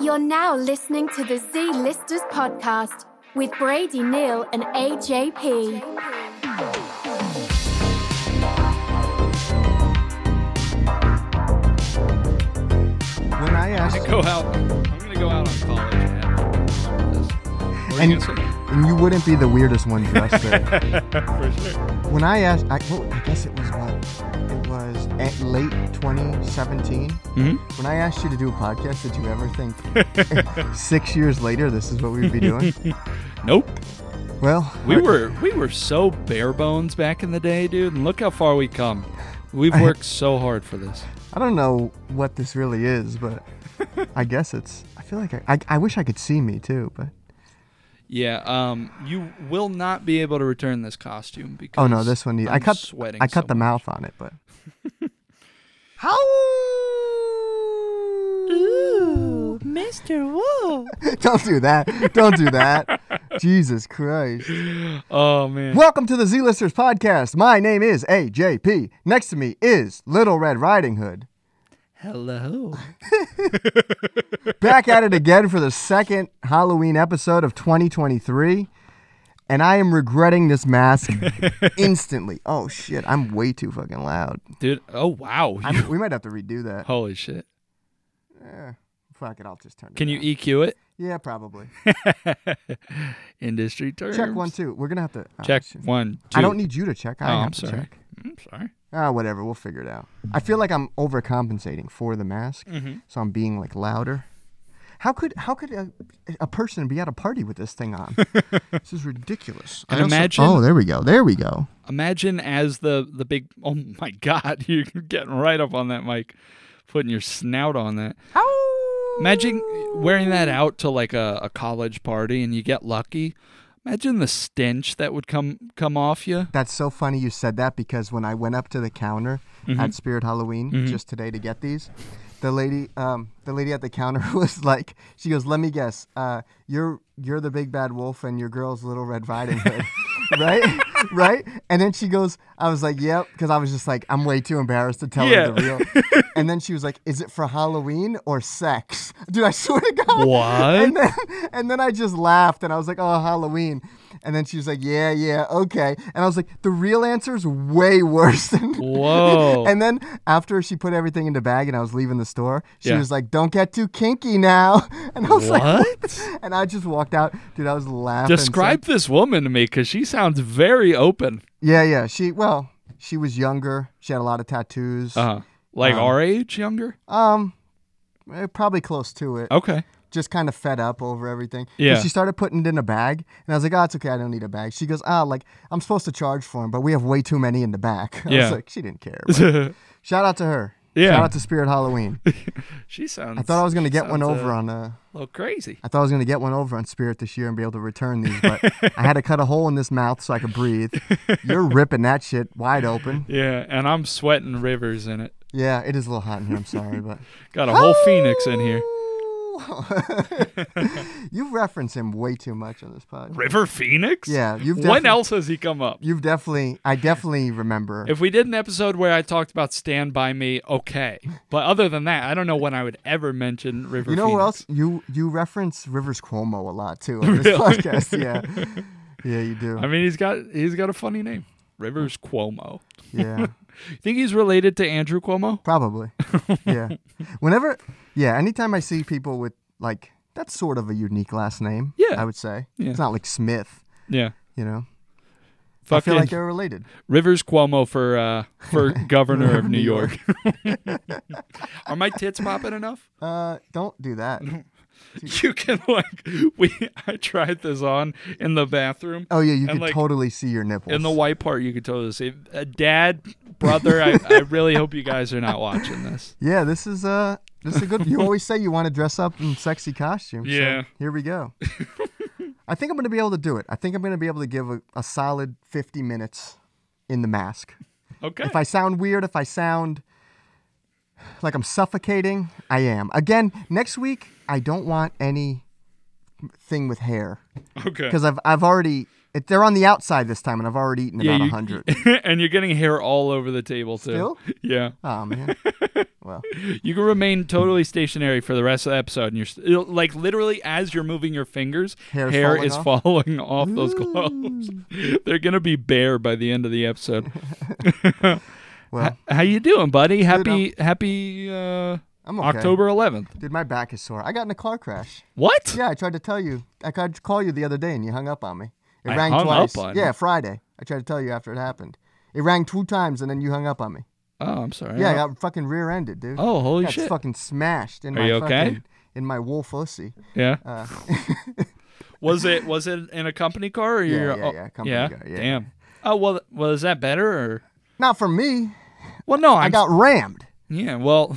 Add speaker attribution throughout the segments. Speaker 1: You're now listening to the Z Listers podcast with Brady Neal and AJP.
Speaker 2: When I asked,
Speaker 3: I go out. I'm gonna go out on college. And,
Speaker 2: and, and you wouldn't be the weirdest one dressed there.
Speaker 3: for sure.
Speaker 2: when I asked, I, well, I guess it was what? It was at late 2017.
Speaker 3: Mhm.
Speaker 2: When I asked you to do a podcast, did you ever think six years later this is what we'd be doing?
Speaker 3: Nope.
Speaker 2: well,
Speaker 3: We were we were so bare bones back in the day, dude. And look how far we come. We've worked so hard for this.
Speaker 2: I don't know what this really is, but I guess it's. I feel like I, I, I wish I could see me too, but
Speaker 3: Yeah. Um. You will not be able to return this costume because.
Speaker 2: oh no, this one.
Speaker 3: i
Speaker 2: I cut.
Speaker 3: Sweating
Speaker 2: I cut
Speaker 3: so
Speaker 2: the
Speaker 3: much.
Speaker 2: mouth on it, but how?
Speaker 4: Ooh, Mr. Wolf.
Speaker 2: Don't do that. Don't do that. Jesus Christ.
Speaker 3: Oh man.
Speaker 2: Welcome to the Z Listers podcast. My name is AJP. Next to me is Little Red Riding Hood.
Speaker 3: Hello.
Speaker 2: Back at it again for the second Halloween episode of 2023. And I am regretting this mask instantly. Oh shit, I'm way too fucking loud.
Speaker 3: Dude. Oh wow.
Speaker 2: I'm- we might have to redo that. Eh,
Speaker 3: Holy shit.
Speaker 2: Fuck it, I'll just turn it.
Speaker 3: Can you e-
Speaker 2: down.
Speaker 3: EQ it?
Speaker 2: Yeah, probably.
Speaker 3: Industry terms.
Speaker 2: Check one, two. We're gonna have to oh,
Speaker 3: Check
Speaker 2: shit.
Speaker 3: one. Two.
Speaker 2: I don't need you to check.
Speaker 3: Oh,
Speaker 2: I have
Speaker 3: I'm
Speaker 2: to
Speaker 3: sorry.
Speaker 2: check.
Speaker 3: I'm sorry.
Speaker 2: Ah, whatever. We'll figure it out. I feel like I'm overcompensating for the mask,
Speaker 3: Mm-hmm.
Speaker 2: so I'm being like louder. How could how could a, a person be at a party with this thing on? this is ridiculous.
Speaker 3: And
Speaker 2: I also-
Speaker 3: imagine-
Speaker 2: oh, there we go. There we go.
Speaker 3: Imagine as the the big oh my god, you're getting right up on that mic, putting your snout on that. Imagine wearing that out to like a, a college party and you get lucky. Imagine the stench that would come come off you.
Speaker 2: That's so funny you said that because when I went up to the counter
Speaker 3: Mm-hmm.
Speaker 2: at Spirit Halloween just today to get these, the lady, um, the lady at the counter was like, she goes, "Let me guess, uh, you're you're the big bad wolf and your girl's Little Red Riding Hood, right?" Right, and then she goes. I was like, "Yep," because I was just like, "I'm way too embarrassed to tell her the
Speaker 3: Yeah.
Speaker 2: real." and then she was like, "Is it for Halloween or sex?" Dude, I swear to God.
Speaker 3: What?
Speaker 2: And then, and then I just laughed and I was like, oh, Halloween. And then she was like, yeah, yeah, okay. And I was like, the real answer's way worse than.
Speaker 3: Whoa.
Speaker 2: And then after she put everything in the bag and I was leaving the store, she
Speaker 3: Yeah.
Speaker 2: was like, don't get too kinky now. And I was like,
Speaker 3: what?
Speaker 2: and I just walked out. Dude, I was laughing. so-
Speaker 3: Describe this woman to me because she sounds very open.
Speaker 2: yeah, yeah. She, well, she was younger. She had a lot of tattoos.
Speaker 3: Uh like
Speaker 2: Um,
Speaker 3: our age, younger?
Speaker 2: Um, eh, Probably close to it.
Speaker 3: Okay.
Speaker 2: just kind of fed up over everything. 'Cause
Speaker 3: Yeah.
Speaker 2: She started putting it in a bag, and I was like, "Oh, it's okay. I don't need a bag." She goes, "Ah, like I'm supposed to charge for them, but we have way too many in the back." I
Speaker 3: Yeah.
Speaker 2: was like, she didn't care. but shout out to her.
Speaker 3: Yeah.
Speaker 2: Shout out to Spirit Halloween.
Speaker 3: she sounds
Speaker 2: I thought I was gonna
Speaker 3: she
Speaker 2: get one
Speaker 3: sounds,
Speaker 2: over
Speaker 3: uh,
Speaker 2: on uh,
Speaker 3: a little crazy.
Speaker 2: I thought I was gonna get one over on Spirit this year and be able to return these, but I had to cut a hole in this mouth so I could breathe. You're ripping that shit wide open.
Speaker 3: Yeah, and I'm sweating rivers in it.
Speaker 2: Yeah, it is a little hot in here. I'm sorry, but
Speaker 3: Got a whole phoenix in here.
Speaker 2: you've referenced him way too much on this podcast.
Speaker 3: River Phoenix?
Speaker 2: Yeah, you've
Speaker 3: When
Speaker 2: defi-
Speaker 3: else has he come up?
Speaker 2: You've definitely, I definitely remember.
Speaker 3: If we did an episode where I talked about Stand By Me, okay. But other than that, I don't know when I would ever mention River
Speaker 2: you know
Speaker 3: Phoenix.
Speaker 2: who else? You you reference Rivers Cuomo a lot too on this podcast. Yeah, yeah, you do.
Speaker 3: I mean, he's got he's got a funny name. Rivers Cuomo.
Speaker 2: yeah,
Speaker 3: Think he's related to Andrew Cuomo?
Speaker 2: probably. Yeah, whenever, yeah, anytime I see people with like that's sort of a unique last name.
Speaker 3: Yeah.
Speaker 2: I would say
Speaker 3: Yeah.
Speaker 2: it's not like Smith.
Speaker 3: Yeah.
Speaker 2: You know, I
Speaker 3: Fucking
Speaker 2: feel like they're related.
Speaker 3: Rivers Cuomo for uh, for governor of New York. Are my tits popping enough?
Speaker 2: Uh, don't do that.
Speaker 3: You can like we I tried this on in the bathroom.
Speaker 2: Oh yeah, you
Speaker 3: And,
Speaker 2: could
Speaker 3: like,
Speaker 2: totally see your nipples.
Speaker 3: In the white part, you could totally see. Uh, Dad, brother, I, I really hope you guys are not watching this.
Speaker 2: yeah, this is uh this is a good. you always say you want to dress up in sexy costumes. so
Speaker 3: Yeah.
Speaker 2: here we go. I think I'm gonna be able to do it. I think I'm gonna be able to give a, a solid 50 minutes in the mask.
Speaker 3: Okay.
Speaker 2: If I sound weird, if I sound like I'm suffocating, I am. Again, next week I don't want any thing with hair
Speaker 3: okay.
Speaker 2: because I've I've already it, they're on the outside this time and I've already eaten
Speaker 3: Yeah,
Speaker 2: about a
Speaker 3: you-
Speaker 2: 100.
Speaker 3: and you're getting hair all over the table too.
Speaker 2: Still?
Speaker 3: Yeah.
Speaker 2: Oh man. well.
Speaker 3: You can remain totally stationary for the rest of the episode, and you're st- like literally as you're moving your fingers,
Speaker 2: Hair's
Speaker 3: hair
Speaker 2: falling
Speaker 3: is
Speaker 2: off?
Speaker 3: falling off those gloves. They're gonna be bare by the end of the episode.
Speaker 2: Well,
Speaker 3: H- How you doing, buddy? Happy
Speaker 2: I'm-
Speaker 3: happy uh,
Speaker 2: I'm okay.
Speaker 3: October 11th.
Speaker 2: Dude, my back is sore. I got in a car crash.
Speaker 3: What?
Speaker 2: Yeah, I tried to tell you. I tried to call you the other day, and you hung up on me. It
Speaker 3: I
Speaker 2: rang
Speaker 3: hung up
Speaker 2: twice.
Speaker 3: on
Speaker 2: yeah,
Speaker 3: you?
Speaker 2: Friday. I tried to tell you after it happened. It rang two times, and then you hung up on me.
Speaker 3: Oh, I'm sorry.
Speaker 2: Yeah, I got fucking rear-ended, dude.
Speaker 3: oh, holy
Speaker 2: got
Speaker 3: shit.
Speaker 2: fucking smashed in
Speaker 3: Are
Speaker 2: my
Speaker 3: you okay?
Speaker 2: fucking in my wolf pussy.
Speaker 3: yeah.
Speaker 2: Uh,
Speaker 3: was it was it in a company car or
Speaker 2: Yeah,
Speaker 3: your
Speaker 2: yeah, yeah, company car, yeah.
Speaker 3: Damn. Oh well, well is that better or?
Speaker 2: not for me.
Speaker 3: Well, no,
Speaker 2: I
Speaker 3: I'm,
Speaker 2: got rammed.
Speaker 3: Yeah, well,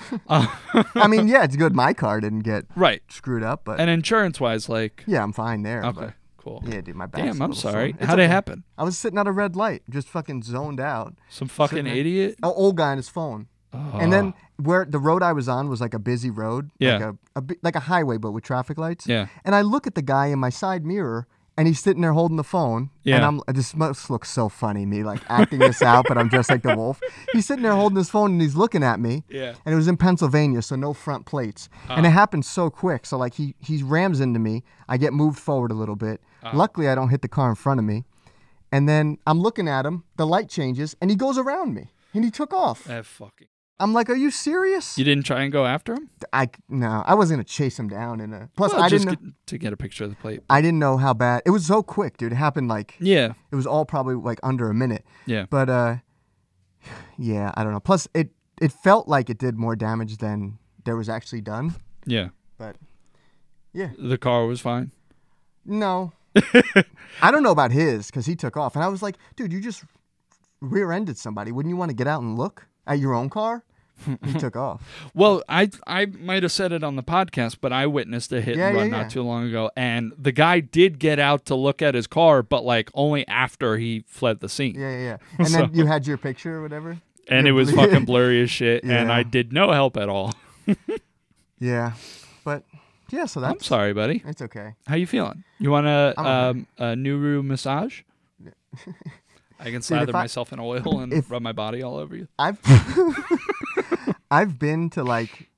Speaker 2: I mean, yeah, it's good my car didn't get
Speaker 3: right.
Speaker 2: screwed up, but
Speaker 3: And insurance wise, like,
Speaker 2: yeah, I'm fine there.
Speaker 3: okay, cool.
Speaker 2: But, yeah, dude, my back.
Speaker 3: Damn, I'm sorry. How'd it happen?
Speaker 2: I was sitting at a red light, just fucking zoned out.
Speaker 3: Some fucking
Speaker 2: there.
Speaker 3: idiot.
Speaker 2: An Oh, old guy on his phone. And then where the road I was on was like a busy road, like
Speaker 3: Ah. Yeah.
Speaker 2: a, a bi- like a highway, but with traffic lights.
Speaker 3: Yeah.
Speaker 2: And I look at the guy in my side mirror, and he's sitting there holding the phone. And
Speaker 3: Yeah.
Speaker 2: I'm this must look so funny, me like acting this out, but I'm dressed like the wolf. He's sitting there holding his phone, and he's looking at me.
Speaker 3: Yeah.
Speaker 2: And it was in Pennsylvania, so no front plates. And it
Speaker 3: Ah.
Speaker 2: happened so quick, so like he he rams into me. I get moved forward a little bit.
Speaker 3: Ah.
Speaker 2: Luckily, I don't hit the car in front of me. And then I'm looking at him. The light changes, and he goes around me, and he took off.
Speaker 3: Ah, fucking.
Speaker 2: I'm like, "Are you serious?"
Speaker 3: You didn't try and go after him?
Speaker 2: I no, I wasn't gonna chase him down. In a plus,
Speaker 3: Well,
Speaker 2: I
Speaker 3: just
Speaker 2: didn't. know,
Speaker 3: get- to get a picture of the plate.
Speaker 2: I didn't know how bad it was. So quick, dude. It happened like
Speaker 3: Yeah,
Speaker 2: it was all probably like under a minute.
Speaker 3: yeah.
Speaker 2: But uh, yeah, I don't know. Plus, it it felt like it did more damage than there was actually done.
Speaker 3: Yeah.
Speaker 2: But
Speaker 3: The car was fine.
Speaker 2: no, I don't know about his because he took off, and I was like, dude, you just rear-ended somebody. Wouldn't you want to get out and look at your own car? he took off.
Speaker 3: Well, I I might have said it on the podcast, but I witnessed a hit
Speaker 2: Yeah,
Speaker 3: and run
Speaker 2: yeah, yeah.
Speaker 3: not too long ago, and the guy did get out to look at his car, but like only after he fled the scene.
Speaker 2: Yeah, yeah, yeah. And then you had your picture or whatever.
Speaker 3: And it was fucking blurry as shit, and
Speaker 2: Yeah.
Speaker 3: I did no help at all.
Speaker 2: Yeah, but yeah. So
Speaker 3: I'm
Speaker 2: that's
Speaker 3: sorry, buddy.
Speaker 2: it's okay.
Speaker 3: How you feeling? You want a
Speaker 2: I'm
Speaker 3: um, a Nuru massage? I can slather
Speaker 2: I-
Speaker 3: myself in oil and
Speaker 2: if-
Speaker 3: rub my body all over you.
Speaker 2: I've I've been to like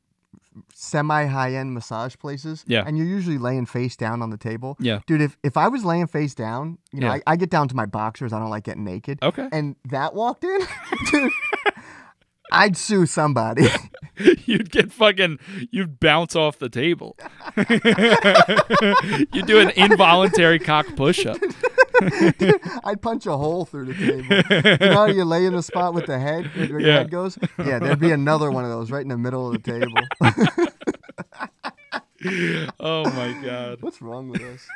Speaker 2: semi high end massage places.
Speaker 3: Yeah.
Speaker 2: And you're usually laying face down on the table.
Speaker 3: Yeah.
Speaker 2: Dude, if, if I was laying face down, you know,
Speaker 3: Yeah.
Speaker 2: I, I get down to my boxers. I don't like getting naked.
Speaker 3: Okay.
Speaker 2: And that walked in, dude. I'd sue somebody.
Speaker 3: you'd get fucking, you'd bounce off the table. you do an involuntary cock push up.
Speaker 2: I'd punch a hole through the table. You know how you lay in the spot with the head where your
Speaker 3: Yeah.
Speaker 2: head goes? Yeah, there'd be another one of those right in the middle of the table.
Speaker 3: Oh my God.
Speaker 2: What's wrong with us?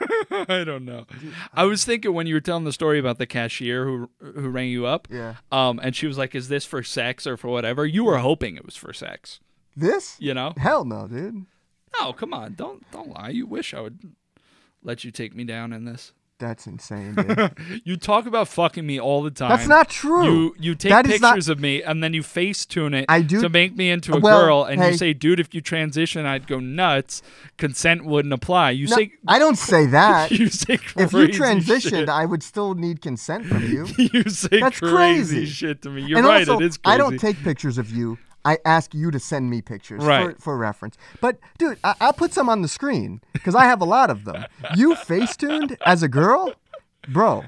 Speaker 3: I don't know. I was thinking when you were telling the story about the cashier who who rang you up.
Speaker 2: Yeah.
Speaker 3: Um, and she was like, "Is this for sex or for whatever?" You were hoping it was for sex.
Speaker 2: This?
Speaker 3: You know?
Speaker 2: Hell no, dude.
Speaker 3: No, Oh, come on, don't don't lie. You wish I would let you take me down in this.
Speaker 2: That's insane, dude.
Speaker 3: You talk about fucking me all the time.
Speaker 2: That's not true.
Speaker 3: You you take
Speaker 2: That is not-
Speaker 3: pictures of me and then you face tune it
Speaker 2: I do-
Speaker 3: to make me into a
Speaker 2: Well,
Speaker 3: girl and
Speaker 2: hey.
Speaker 3: you say, dude, if you transition I'd go nuts. Consent wouldn't apply. You
Speaker 2: No,
Speaker 3: say
Speaker 2: I don't say that.
Speaker 3: you say
Speaker 2: if
Speaker 3: crazy
Speaker 2: you
Speaker 3: shit.
Speaker 2: transitioned, I would still need consent from you.
Speaker 3: you say
Speaker 2: That's
Speaker 3: crazy,
Speaker 2: crazy.
Speaker 3: shit to me. You're
Speaker 2: and
Speaker 3: right,
Speaker 2: also,
Speaker 3: it is crazy.
Speaker 2: I don't take pictures of you. I ask you to send me pictures
Speaker 3: Right.
Speaker 2: for, for reference. But dude, I, I'll put some on the screen because I have a lot of them. You facetuned as a girl, bro,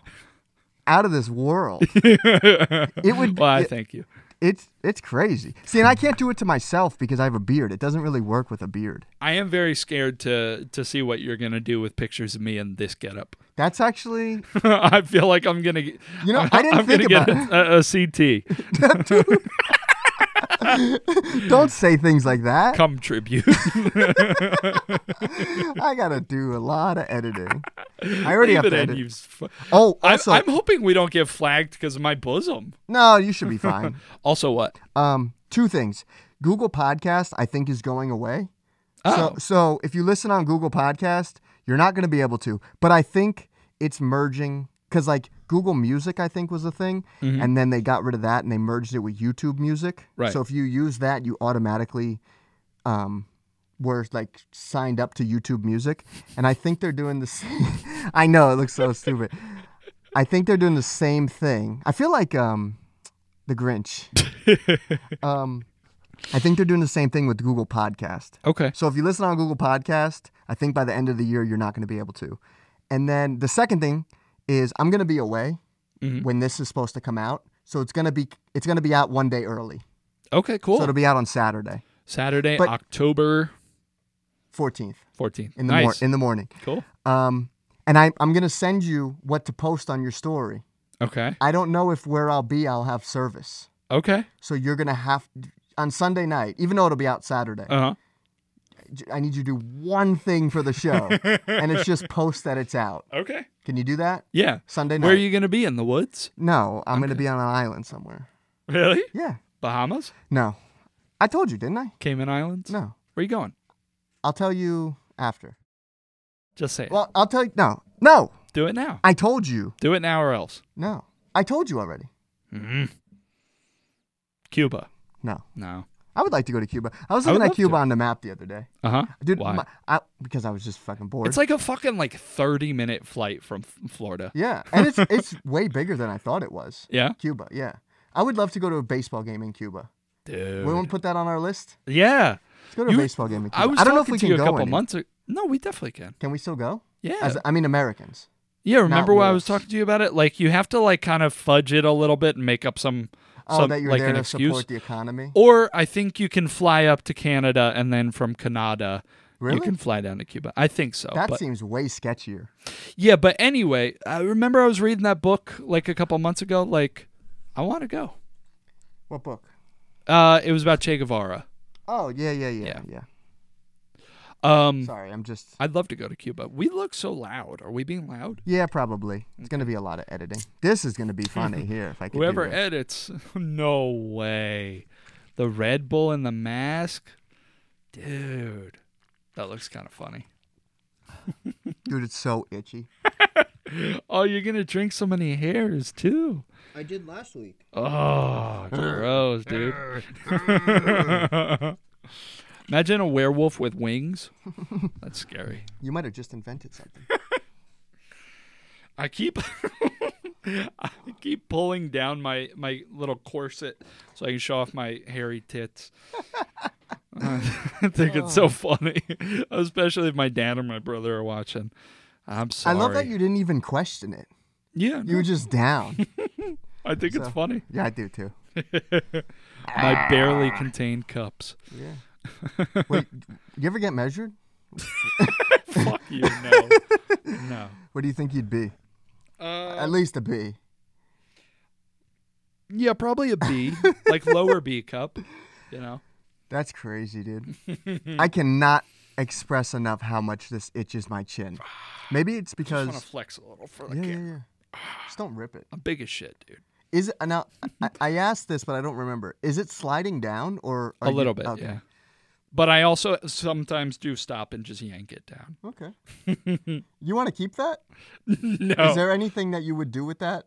Speaker 2: out of this world. it would.
Speaker 3: well, I
Speaker 2: it-
Speaker 3: thank you.
Speaker 2: it's it's crazy. See, and I can't do it to myself because I have a beard. It doesn't really work with a beard.
Speaker 3: I am very scared to to see what you're gonna do with pictures of me in this getup.
Speaker 2: That's actually
Speaker 3: I feel like I'm gonna. You
Speaker 2: know, I didn't
Speaker 3: am
Speaker 2: think
Speaker 3: gonna
Speaker 2: about
Speaker 3: get a, a, a CT
Speaker 2: don't say things like that.
Speaker 3: come tribute.
Speaker 2: I gotta do a lot of editing. I already have to
Speaker 3: Even then,
Speaker 2: edit.
Speaker 3: you've f-
Speaker 2: Oh,
Speaker 3: I'm,
Speaker 2: also,
Speaker 3: I'm hoping we don't get flagged because of my bosom.
Speaker 2: no, you should be fine.
Speaker 3: Also, what?
Speaker 2: um, two things. Google Podcast, I think, is going away.
Speaker 3: Oh,
Speaker 2: So, so if you listen on Google Podcast, you're not going to be able to. But I think it's merging because, like, Google Music, I think, was a thing, and then they got rid of that and they merged it with YouTube Music.
Speaker 3: Mm-hmm. Right.
Speaker 2: So if you use that, you automatically um, were like signed up to YouTube Music, and I think they're doing the same. I know it looks so stupid. I think they're doing the same thing. I feel like um, the Grinch. um, I think they're doing the same thing with Google Podcast.
Speaker 3: Okay.
Speaker 2: So if you listen on Google Podcast, I think by the end of the year you're not going to be able to. And then the second thing is I'm going to be away
Speaker 3: Mm-hmm.
Speaker 2: when this is supposed to come out, so it's going to be it's going to be out one day early.
Speaker 3: Okay, cool.
Speaker 2: So it'll be out on Saturday,
Speaker 3: Saturday,
Speaker 2: but-
Speaker 3: October
Speaker 2: 14th
Speaker 3: 14th.
Speaker 2: in the
Speaker 3: nice.
Speaker 2: mor- in the morning.
Speaker 3: cool.
Speaker 2: Um, and I, I'm going to send you what to post on your story.
Speaker 3: Okay.
Speaker 2: I don't know if where I'll be, I'll have service.
Speaker 3: Okay.
Speaker 2: So you're going to have on Sunday night, even though it'll be out Saturday.
Speaker 3: Uh-huh.
Speaker 2: I need you to do one thing for the show, and it's just post that it's out.
Speaker 3: Okay.
Speaker 2: Can you do that
Speaker 3: Yeah.
Speaker 2: Sunday night?
Speaker 3: Where are you going to be in the woods?
Speaker 2: No, I'm going to be on an island somewhere.
Speaker 3: Really?
Speaker 2: Yeah.
Speaker 3: Bahamas?
Speaker 2: No, I told you, didn't I?
Speaker 3: Cayman Islands?
Speaker 2: No,
Speaker 3: Where you going?
Speaker 2: I'll tell you after.
Speaker 3: Just say it.
Speaker 2: Well, I'll tell you. No, no,
Speaker 3: Do it now.
Speaker 2: I told you.
Speaker 3: Do it now or else.
Speaker 2: No, I told you already.
Speaker 3: Mm. Cuba.
Speaker 2: No,
Speaker 3: No.
Speaker 2: I would like to go to Cuba. I was
Speaker 3: I would
Speaker 2: looking at
Speaker 3: love
Speaker 2: Cuba
Speaker 3: to.
Speaker 2: on the map the other day,
Speaker 3: Uh-huh.
Speaker 2: dude.
Speaker 3: Why?
Speaker 2: my- I, because I was just fucking bored.
Speaker 3: it's like a fucking like 30 minute flight from F- Florida.
Speaker 2: yeah, and it's it's way bigger than I thought it was.
Speaker 3: Yeah.
Speaker 2: Cuba, yeah. I would love to go to a baseball game in Cuba.
Speaker 3: Dude.
Speaker 2: We want to put that on our list.
Speaker 3: yeah.
Speaker 2: Let's go to
Speaker 3: You-
Speaker 2: a baseball game in Cuba.
Speaker 3: I was
Speaker 2: don't know if
Speaker 3: talking
Speaker 2: we
Speaker 3: to
Speaker 2: can
Speaker 3: you a
Speaker 2: go
Speaker 3: couple
Speaker 2: any.
Speaker 3: months ago. No, we definitely can.
Speaker 2: Can we still go?
Speaker 3: Yeah.
Speaker 2: As, I mean, Americans.
Speaker 3: Yeah, remember
Speaker 2: Not
Speaker 3: when I was
Speaker 2: wolves.
Speaker 3: talking to you about it? Like you have to like kind of fudge it a little bit and make up some,
Speaker 2: Oh,
Speaker 3: some
Speaker 2: that you're
Speaker 3: like
Speaker 2: there
Speaker 3: an
Speaker 2: to
Speaker 3: excuse. Oh,
Speaker 2: support the economy.
Speaker 3: Or I think you can fly up to Canada and then from Canada
Speaker 2: Really?
Speaker 3: you can fly down to Cuba. I think so.
Speaker 2: that
Speaker 3: but
Speaker 2: seems way sketchier.
Speaker 3: yeah, but anyway, I remember I was reading that book like a couple months ago. Like I want to go.
Speaker 2: What book?
Speaker 3: Uh, it was about Che Guevara.
Speaker 2: Oh, yeah, yeah, yeah, yeah.
Speaker 3: Yeah. Um,
Speaker 2: Sorry, I'm just.
Speaker 3: I'd love to go to Cuba. We look so loud. Are we being loud?
Speaker 2: Yeah, probably. It's going to be a lot of editing. This is going to be funny here if I can. do
Speaker 3: Whoever
Speaker 2: this.
Speaker 3: edits, no way. The Red Bull and the mask, dude. That looks kind of funny.
Speaker 2: Dude, it's so itchy.
Speaker 3: Oh, you're gonna drink so many hairs too.
Speaker 2: I did last week.
Speaker 3: Oh, gross, dude. Imagine a werewolf with wings. That's scary.
Speaker 2: You might have just invented something.
Speaker 3: I keep I keep pulling down my my little corset so I can show off my hairy tits. I think it's
Speaker 2: Oh.
Speaker 3: so funny, especially if my dad or my brother are watching. I'm
Speaker 2: I
Speaker 3: sorry.
Speaker 2: love that you didn't even question it.
Speaker 3: Yeah,
Speaker 2: You were just down.
Speaker 3: I think it's funny.
Speaker 2: yeah, I do too.
Speaker 3: My barely contained cups.
Speaker 2: Yeah. Wait, you ever get measured?
Speaker 3: Fuck you, no, no.
Speaker 2: What do you think you'd be?
Speaker 3: Uh,
Speaker 2: At least a B.
Speaker 3: yeah, probably a B, like lower B cup. You know.
Speaker 2: That's crazy, dude. I cannot express enough how much this itches my chin. Maybe it's
Speaker 3: I want to
Speaker 2: because
Speaker 3: flex a little for the
Speaker 2: yeah, yeah,
Speaker 3: camera.
Speaker 2: yeah. Just don't rip it.
Speaker 3: I'm big as shit, dude.
Speaker 2: Is it now? I, I asked this, but I don't remember. Is it sliding down or are
Speaker 3: a
Speaker 2: you-
Speaker 3: little bit,
Speaker 2: Okay.
Speaker 3: yeah. But I also sometimes do stop and just yank it down.
Speaker 2: Okay. you want to keep that?
Speaker 3: No,
Speaker 2: Is there anything that you would do with that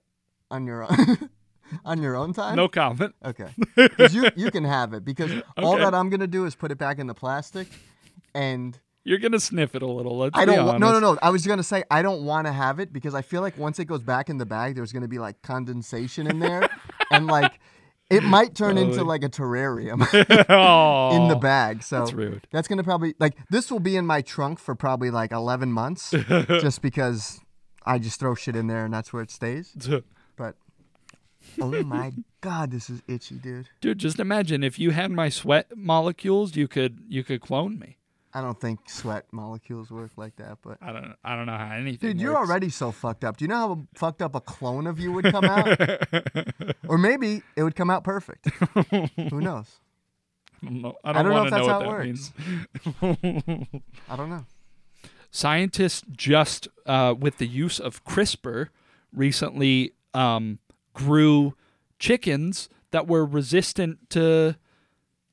Speaker 2: on your own, on your own time?
Speaker 3: no comment.
Speaker 2: Okay. 'Cause you you can have it because all
Speaker 3: Okay.
Speaker 2: that I'm gonna do is put it back in the plastic, and
Speaker 3: You're gonna sniff it a little. Let's
Speaker 2: I
Speaker 3: be
Speaker 2: don't. Wa-
Speaker 3: honest.
Speaker 2: no, no, no. I was gonna say I don't want to have it because I feel like once it goes back in the bag, there's gonna be like condensation in there, and like it might turn into
Speaker 3: Totally.
Speaker 2: like a terrarium
Speaker 3: Aw.
Speaker 2: in the bag. So
Speaker 3: that's rude.
Speaker 2: That's gonna probably like this will be in my trunk for probably like 11 months, just because I just throw shit in there and that's where it stays. But oh my god, this is itchy, dude.
Speaker 3: Dude, just imagine if you had my sweat molecules, you could you could clone me.
Speaker 2: I don't think sweat molecules work like that, but
Speaker 3: I don't I don't know how anything.
Speaker 2: Dude, you're
Speaker 3: works.
Speaker 2: already so fucked up. Do you know how fucked up a clone of you would come out? or maybe it would come out perfect. Who knows?
Speaker 3: I don't know, I
Speaker 2: I
Speaker 3: don't,
Speaker 2: don't know
Speaker 3: wanna
Speaker 2: if that's
Speaker 3: know
Speaker 2: how
Speaker 3: what
Speaker 2: it
Speaker 3: that
Speaker 2: works.
Speaker 3: means.
Speaker 2: I don't know.
Speaker 3: scientists just uh, with the use of CRISPR recently um, grew chickens that were resistant to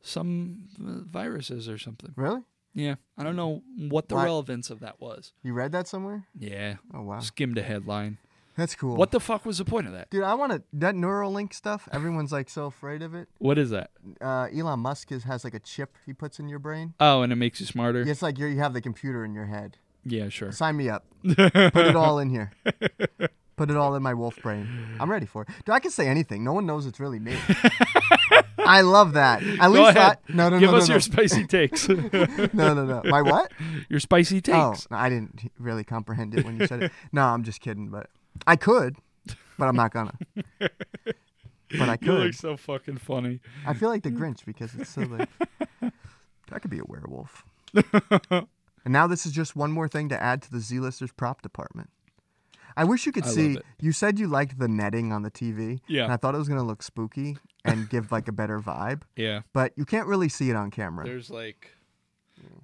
Speaker 3: some uh, viruses or something.
Speaker 2: Really?
Speaker 3: Yeah, I don't know what the
Speaker 2: Why-
Speaker 3: relevance of that was.
Speaker 2: You read that somewhere?
Speaker 3: Yeah,
Speaker 2: Oh wow,
Speaker 3: skimmed a headline.
Speaker 2: that's cool.
Speaker 3: What the fuck was the point of that?
Speaker 2: Dude, I want to that Neuralink stuff. Everyone's like so afraid of it.
Speaker 3: What is that?
Speaker 2: Uh, Elon Musk is, has like a chip he puts in your brain.
Speaker 3: Oh, and it makes you smarter.
Speaker 2: It's like you're, you have the computer in your head.
Speaker 3: Yeah, sure.
Speaker 2: Sign me up. Put it all in here. Put it all in my wolf brain. I'm ready for it. Dude, I can say anything. No one knows it's really me. I love that. At
Speaker 3: Go
Speaker 2: least
Speaker 3: ahead.
Speaker 2: that. No, no,
Speaker 3: Give
Speaker 2: no,
Speaker 3: us
Speaker 2: no, no.
Speaker 3: your spicy takes.
Speaker 2: no, no, no. My what?
Speaker 3: your spicy
Speaker 2: Oh,
Speaker 3: takes.
Speaker 2: no, I didn't really comprehend it when you said it. No, I'm just kidding, but I could, but I'm not gonna. But I
Speaker 3: you look
Speaker 2: could.
Speaker 3: so fucking funny.
Speaker 2: I feel like the Grinch because it's so like I could be a werewolf. and now this is just one more thing to add to the Z-listers prop department. I wish you could
Speaker 3: I love
Speaker 2: see.
Speaker 3: it.
Speaker 2: You said you liked the netting on the TV.
Speaker 3: Yeah.
Speaker 2: And I thought it was gonna look spooky and give like a better vibe,
Speaker 3: Yeah.
Speaker 2: but you can't really see it on camera.
Speaker 3: There's like,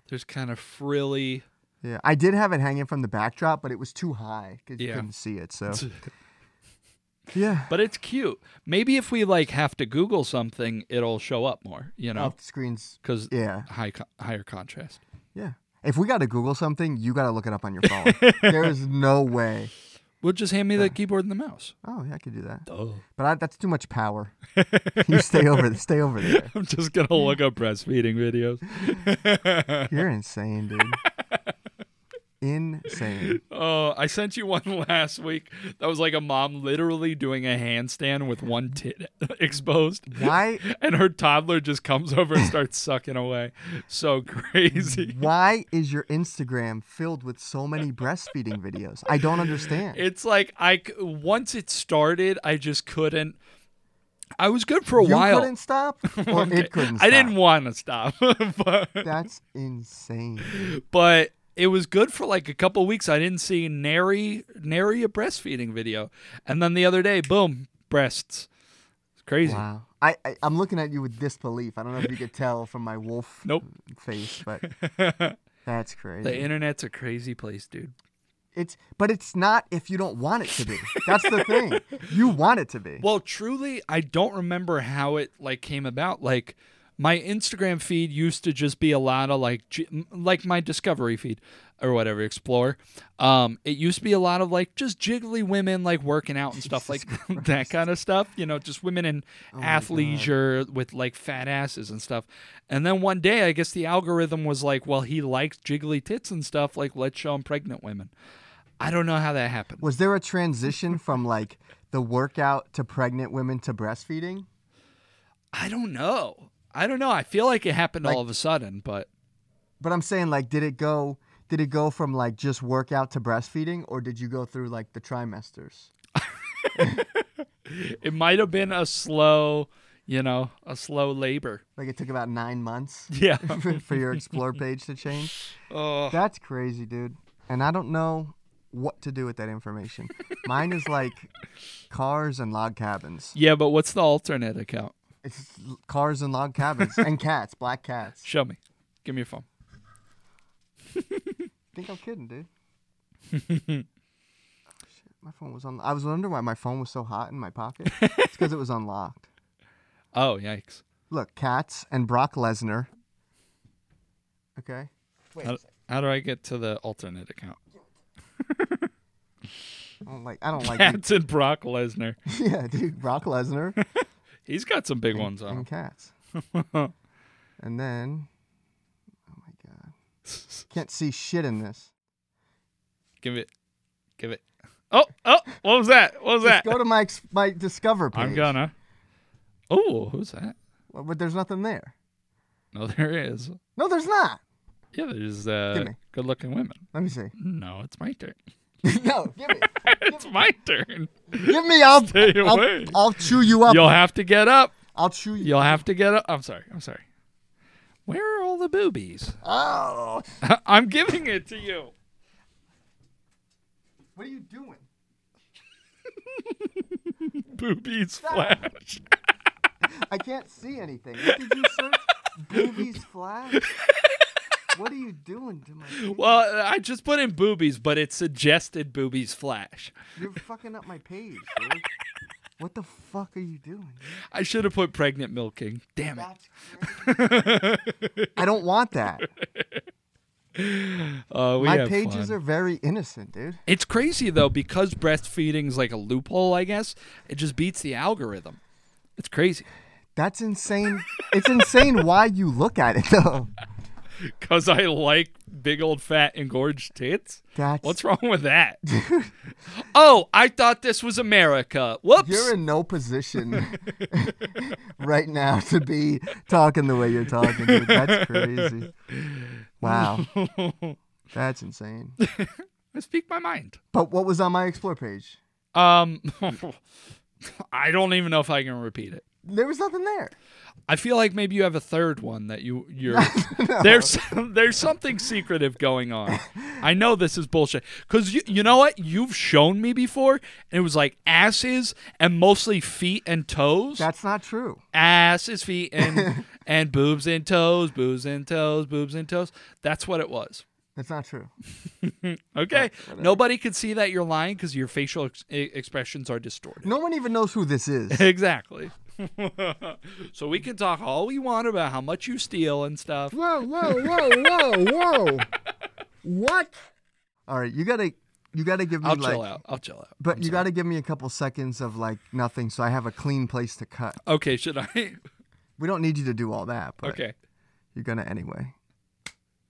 Speaker 3: there's kind of frilly.
Speaker 2: Yeah, I did have it hanging from the backdrop, but it was too high 'cause you
Speaker 3: Yeah.
Speaker 2: couldn't see it. So, yeah,
Speaker 3: But it's cute. Maybe if we like have to Google something, it'll show up more. You know,
Speaker 2: off the screens.
Speaker 3: because
Speaker 2: Oh, Yeah,
Speaker 3: high co- higher contrast.
Speaker 2: yeah. If we got to Google something, you got to look it up on your phone. there is no way.
Speaker 3: Well, just hand me the keyboard and the mouse.
Speaker 2: Oh, yeah, I could do that,
Speaker 3: Oh,
Speaker 2: but I, that's too much power. you stay over, stay over there.
Speaker 3: I'm just gonna look up breastfeeding videos.
Speaker 2: You're insane, dude. Insane.
Speaker 3: Oh, I sent you one last week that was like a mom literally doing a handstand with one tit exposed.
Speaker 2: Why?
Speaker 3: And her toddler just comes over and starts sucking away. So crazy.
Speaker 2: Why is your Instagram filled with so many breastfeeding videos? I don't understand.
Speaker 3: It's like I c- once it started, I just couldn't. I was good for a
Speaker 2: you
Speaker 3: while.
Speaker 2: couldn't stop, or it couldn't. Stop.
Speaker 3: I didn't want to stop, but,
Speaker 2: That's insane.
Speaker 3: but it was good for like a couple weeks. I didn't see nary nary a breastfeeding video, and then the other day, boom, breasts. It's crazy.
Speaker 2: Wow. I, I I'm looking at you with disbelief. I don't know if you could tell from my wolf
Speaker 3: Nope.
Speaker 2: face, but that's crazy.
Speaker 3: The internet's a crazy place, dude.
Speaker 2: it's but it's not if you don't want it to be. That's the thing. You want it to be.
Speaker 3: Well, truly, I don't remember how it like came about. Like my Instagram feed used to just be a lot of like j- m- like my discovery feed or whatever, explore. Um it used to be a lot of like just jiggly women like working out and stuff like that kind of stuff, you know, just women in athleisure with like fat asses and stuff. And then one day, I guess the algorithm was like, well, he likes jiggly tits and stuff, like let's show him pregnant women. I don't know how that happened.
Speaker 2: Was there a transition from like the workout to pregnant women to breastfeeding?
Speaker 3: I don't know. I don't know. I feel like it happened all of a sudden, but
Speaker 2: But I'm saying like did it go did it go from like just workout to breastfeeding or did you go through like the trimesters?
Speaker 3: it might have been a slow, you know, a slow labor.
Speaker 2: Like it took about 9 months
Speaker 3: Yeah.
Speaker 2: for your explore page to change?
Speaker 3: oh,
Speaker 2: That's crazy, dude. And I don't know what to do with that information. Mine is like cars and log cabins.
Speaker 3: yeah, but what's the alternate account?
Speaker 2: It's l- cars and log cabins and cats, black cats.
Speaker 3: Show me. Give me your phone.
Speaker 2: think I'm kidding, dude. Oh, shit, My phone was on. I was wondering why my phone was so hot in my pocket. It's because it was unlocked.
Speaker 3: Oh, yikes.
Speaker 2: Look, cats and Brock Lesnar. Okay. Wait,
Speaker 3: How,
Speaker 2: a sec.
Speaker 3: how do I get to the alternate account?
Speaker 2: I don't like. I don't like. you-
Speaker 3: That's in Brock Lesnar.
Speaker 2: yeah, dude, Brock Lesnar
Speaker 3: He's got some big ones
Speaker 2: and
Speaker 3: on.
Speaker 2: cats.
Speaker 3: him.
Speaker 2: And then, oh my god, can't see shit in this.
Speaker 3: give it. Give it. Oh, oh, what was that? What was that?
Speaker 2: Just go to my ex- my discover page.
Speaker 3: I'm gonna. Oh, who's that?
Speaker 2: Well, But there's nothing there.
Speaker 3: No, there is.
Speaker 2: No, there's not.
Speaker 3: Yeah, there's uh,
Speaker 2: me.
Speaker 3: good-looking women.
Speaker 2: Let me see.
Speaker 3: No, it's my turn.
Speaker 2: no, give me,
Speaker 3: it's my turn.
Speaker 2: give me. I'll,
Speaker 3: Stay away.
Speaker 2: I'll, I'll chew you up.
Speaker 3: You'll have to get up.
Speaker 2: I'll chew you.
Speaker 3: You'll have to get up. I'm sorry. I'm sorry. Where are all the boobies?
Speaker 2: Oh,
Speaker 3: I'm giving it to you.
Speaker 2: what are you doing?
Speaker 3: Boobies flash.
Speaker 2: I can't see anything. What did you search? Boobies flash. What are you doing to my? page?
Speaker 3: Well, I just put in boobies, but it suggested boobies flash.
Speaker 2: You're fucking up my page. Dude. What the fuck are you doing?
Speaker 3: I should have put pregnant milking. Damn it.
Speaker 2: That's crazy. I don't want that.
Speaker 3: Uh, we
Speaker 2: My
Speaker 3: have
Speaker 2: pages
Speaker 3: fun.
Speaker 2: are very innocent, dude.
Speaker 3: It's crazy though because breastfeeding's like a loophole, I guess. It just beats the algorithm. It's crazy
Speaker 2: That's insane. it's insane why you look at it though.
Speaker 3: because I like big old fat engorged tits?
Speaker 2: That's
Speaker 3: What's wrong with that? oh, I thought this was America. Whoops.
Speaker 2: You're in no position right now to be talking the way you're talking. Dude. That's crazy. Wow. That's insane.
Speaker 3: I speak my mind.
Speaker 2: But what was on my explore page?
Speaker 3: Um, I don't even know if I can repeat it.
Speaker 2: There was nothing there.
Speaker 3: I feel like maybe you have a third one that you you're there's there's something secretive going on. I know this is bullshit because you you know what you've shown me before, and it was like asses and mostly feet and toes.
Speaker 2: That's not true.
Speaker 3: asses, feet, and and boobs and toes, boobs and toes, boobs and toes. That's what it was.
Speaker 2: That's not true.
Speaker 3: Okay, nobody can see that you're lying because your facial ex- e- expressions are distorted.
Speaker 2: No one even knows who this is.
Speaker 3: Exactly. so we can talk all we want about how much you steal and stuff.
Speaker 2: Whoa, whoa, whoa, whoa, whoa. What? All right, you gotta you gotta give me
Speaker 3: I'll
Speaker 2: like
Speaker 3: chill out. I'll chill out.
Speaker 2: but you gotta give me a couple seconds of like nothing so I have a clean place to cut.
Speaker 3: Okay, should I?
Speaker 2: We don't need you to do all that, but
Speaker 3: Okay.
Speaker 2: you're gonna anyway.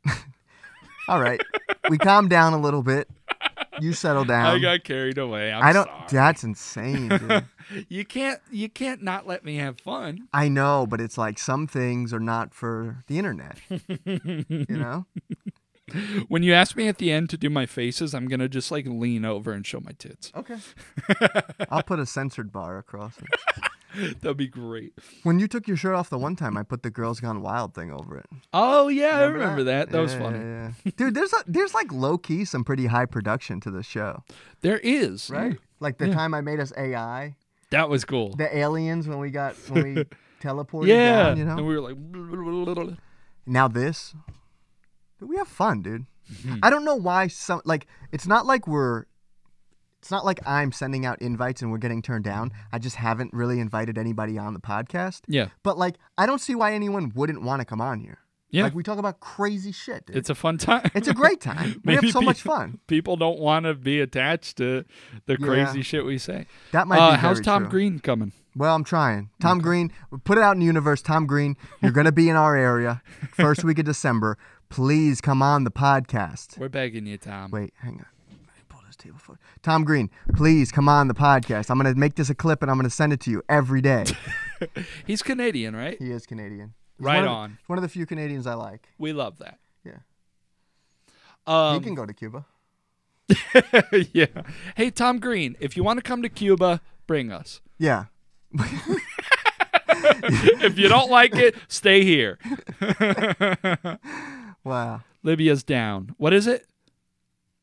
Speaker 2: all right. We calm down a little bit. You settle down.
Speaker 3: I got carried away. I'm
Speaker 2: Um, I don't
Speaker 3: Sorry.
Speaker 2: that's insane, dude.
Speaker 3: You can't. You can't not let me have fun.
Speaker 2: I know, but it's like some things are not for the internet. you know?
Speaker 3: When you ask me at the end to do my faces, I'm gonna just like lean over and show my tits.
Speaker 2: Okay. I'll put a censored bar across it.
Speaker 3: That'd be great.
Speaker 2: When you took your shirt off the one time, I put the Girls Gone Wild thing over it.
Speaker 3: Oh yeah, I remember that. That, was
Speaker 2: Yeah,
Speaker 3: funny.
Speaker 2: yeah, yeah. Dude, there's a, there's like low key some pretty high production to the show,
Speaker 3: There is.
Speaker 2: right? Like the time I made us AI,
Speaker 3: That was cool.
Speaker 2: the aliens when we got when we teleported
Speaker 3: yeah.
Speaker 2: down, you know.
Speaker 3: And we were like.
Speaker 2: now this Dude, we have fun dude
Speaker 3: Mm-hmm.
Speaker 2: i don't know why some like it's not like we're it's not like i'm sending out invites and we're getting turned down i just haven't really invited anybody on the podcast
Speaker 3: Yeah.
Speaker 2: but like i don't see why anyone wouldn't want to come on here
Speaker 3: Yeah.
Speaker 2: like we talk about crazy shit dude.
Speaker 3: It's a fun time.
Speaker 2: it's a great time we have
Speaker 3: Maybe
Speaker 2: so much
Speaker 3: people-
Speaker 2: fun
Speaker 3: People don't want to be attached to the
Speaker 2: Yeah.
Speaker 3: crazy shit we say.
Speaker 2: that might
Speaker 3: Uh,
Speaker 2: be
Speaker 3: how's
Speaker 2: very
Speaker 3: Tom
Speaker 2: true.
Speaker 3: Green coming?
Speaker 2: well i'm trying tom green put it out in the universe tom green you're gonna be in our area first week of december please come on the podcast
Speaker 3: We're begging you, Tom.
Speaker 2: Wait, hang on. Let me pull this table forward. Tom Green, please come on the podcast. I'm gonna make this a clip and I'm gonna send it to you every day.
Speaker 3: He's Canadian, right?
Speaker 2: he is Canadian. He's
Speaker 3: Right
Speaker 2: one of the-
Speaker 3: on.
Speaker 2: he's one of the few Canadians I like.
Speaker 3: We love that.
Speaker 2: Yeah. he
Speaker 3: Um,
Speaker 2: can go to Cuba.
Speaker 3: yeah. Hey, Tom Green, if you want to come to Cuba, bring us.
Speaker 2: Yeah.
Speaker 3: If you don't like it, stay here.
Speaker 2: Wow.
Speaker 3: Libya's down. What is it?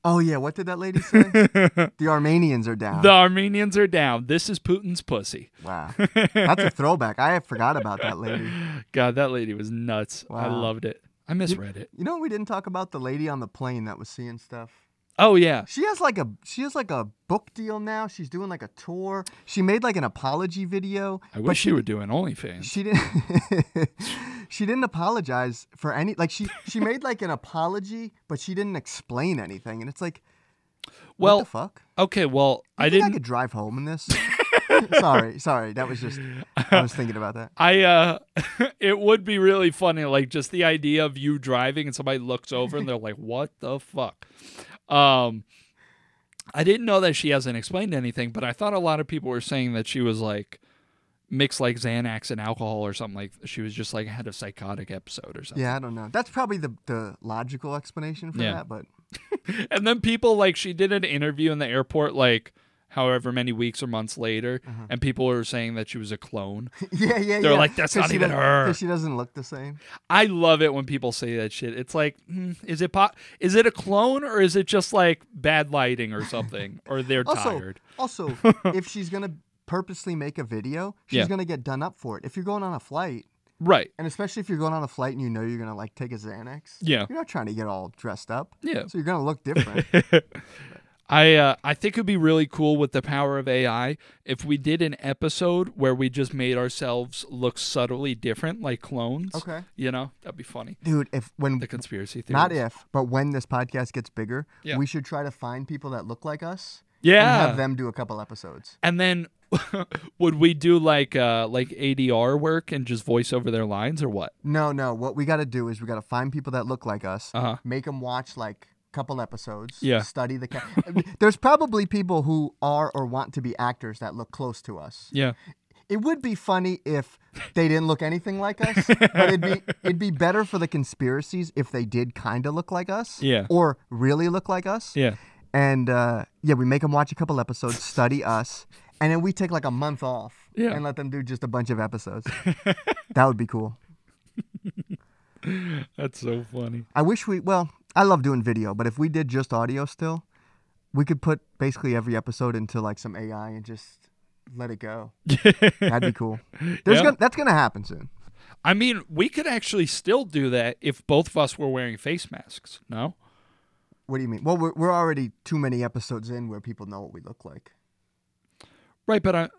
Speaker 2: Oh yeah, what did that lady say? the Armenians are down.
Speaker 3: The Armenians are down. This is Putin's pussy.
Speaker 2: Wow. That's a throwback. I forgot about that lady.
Speaker 3: God, that lady was nuts. I
Speaker 2: Wow.
Speaker 3: loved it. I misread it.
Speaker 2: You know what we didn't talk about? The lady on the plane that was seeing stuff.
Speaker 3: Oh yeah.
Speaker 2: She has like a she has like a book deal now. She's doing like a tour. She made like an apology video.
Speaker 3: I wish she were doing OnlyFans.
Speaker 2: she didn't she didn't apologize for any like she she made like an apology but she didn't explain anything and it's like
Speaker 3: well,
Speaker 2: what the fuck
Speaker 3: okay. Well, I
Speaker 2: You think
Speaker 3: didn't. I,
Speaker 2: i could drive home in this sorry sorry that was just i was thinking about that
Speaker 3: uh, it would be really funny, like just the idea of you driving and somebody looks over and they're like, "What the fuck?" Um, I didn't know that she hasn't explained anything, but I thought a lot of people were saying that she was like mixed like Xanax and alcohol or something like. She was just like had a psychotic episode or something.
Speaker 2: yeah i don't know that's probably the the logical explanation for
Speaker 3: Yeah.
Speaker 2: that but
Speaker 3: and then people like she did an interview in the airport like however many weeks or months later and people were saying that she was a clone
Speaker 2: yeah yeah
Speaker 3: They're
Speaker 2: yeah.
Speaker 3: like, "That's
Speaker 2: 'Cause
Speaker 3: not
Speaker 2: she
Speaker 3: even
Speaker 2: doesn't-
Speaker 3: her."
Speaker 2: 'cause she doesn't look the same
Speaker 3: i love it when people say that shit it's like mm, is it po- is it a clone or is it just like bad lighting or something or they're
Speaker 2: also
Speaker 3: tired
Speaker 2: also if she's gonna purposely make a video she's
Speaker 3: Yeah.
Speaker 2: gonna get done up for it if you're going on a flight
Speaker 3: right
Speaker 2: And especially if you're going on a flight and you know you're gonna like take a Xanax.
Speaker 3: Yeah.
Speaker 2: You're not trying to get all dressed up.
Speaker 3: Yeah.
Speaker 2: So you're gonna look different.
Speaker 3: I uh, I think it'd be really cool with the power of AI if we did an episode where we just made ourselves look subtly different, like clones.
Speaker 2: Okay.
Speaker 3: you know that'd be funny.
Speaker 2: Dude, if when
Speaker 3: The conspiracy theory.
Speaker 2: not if, but when this podcast gets bigger,
Speaker 3: Yeah.
Speaker 2: we should try to find people that look like us and
Speaker 3: Yeah.
Speaker 2: have them do a couple episodes.
Speaker 3: And then would we do like uh like ADR work and just voice over their lines or what?
Speaker 2: No, no. What we got to do is we got to find people that look like us,
Speaker 3: Uh-huh.
Speaker 2: make them watch like couple episodes,
Speaker 3: Yeah.
Speaker 2: study the. Ca- There's probably people who are or want to be actors that look close to us.
Speaker 3: Yeah.
Speaker 2: It would be funny if they didn't look anything like us, but it'd be it'd be better for the conspiracies if they did kind of look like us,
Speaker 3: Yeah.
Speaker 2: or really look like us.
Speaker 3: Yeah.
Speaker 2: and uh, yeah, we make them watch a couple episodes, study us, and then we take like a month off
Speaker 3: Yeah.
Speaker 2: and let them do just a bunch of episodes. that would be cool.
Speaker 3: That's so funny.
Speaker 2: I wish we well, I love doing video, but if we did just audio still, we could put basically every episode into like some AI and just let it go. That'd be cool. There's
Speaker 3: Yeah.
Speaker 2: gonna, that's gonna happen soon.
Speaker 3: I mean, we could actually still do that if both of us were wearing face masks. No?
Speaker 2: What do you mean? Well, we're we're already too many episodes in where people know what we look like.
Speaker 3: Right, but I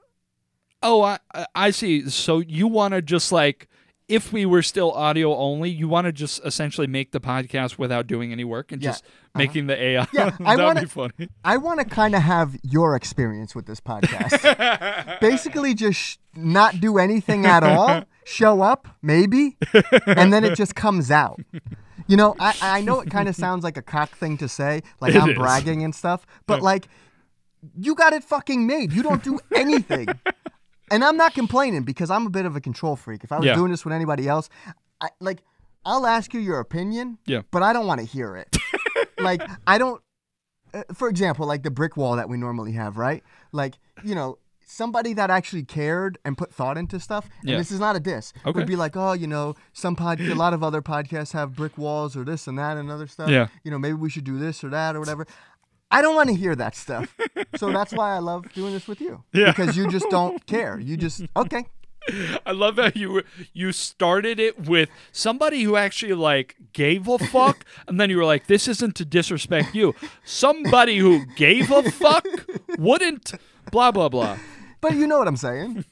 Speaker 3: Oh, I I- I see. So you want to just like if we were still audio only, you want to just essentially make the podcast without doing any work and
Speaker 2: Yeah. uh-huh.
Speaker 3: just making the AI.
Speaker 2: Yeah, I
Speaker 3: that would
Speaker 2: wanna-
Speaker 3: be funny.
Speaker 2: I want to kind of have your experience with this podcast. Basically, just sh- not do anything at all, show up, maybe, and then it just comes out. You know, I, I know it kind of sounds like a cock thing to say, like
Speaker 3: It
Speaker 2: I'm
Speaker 3: is.
Speaker 2: bragging and stuff, but like, you got it fucking made. You don't do anything. and I'm not complaining because I'm a bit of a control freak. If I was
Speaker 3: Yeah.
Speaker 2: doing this with anybody else, I, like, I'll ask you your opinion,
Speaker 3: Yeah.
Speaker 2: but I don't want to hear it. like, I don't uh, for example, like the brick wall that we normally have, right? Like, you know, somebody that actually cared and put thought into stuff, and
Speaker 3: Yeah.
Speaker 2: this is not a diss,
Speaker 3: Okay.
Speaker 2: would be like, oh, you know, some pod, a lot of other podcasts have brick walls or this and that and other stuff.
Speaker 3: Yeah.
Speaker 2: You know, maybe we should do this or that or whatever. I don't want to hear that stuff. so that's why I love doing this with you.
Speaker 3: Yeah.
Speaker 2: Because you just don't care. You just, okay,
Speaker 3: I love how you were- you started it with somebody who actually like gave a fuck, and then you were like, "This isn't to disrespect you." Somebody who gave a fuck wouldn't. Blah blah blah.
Speaker 2: But you know what I'm saying.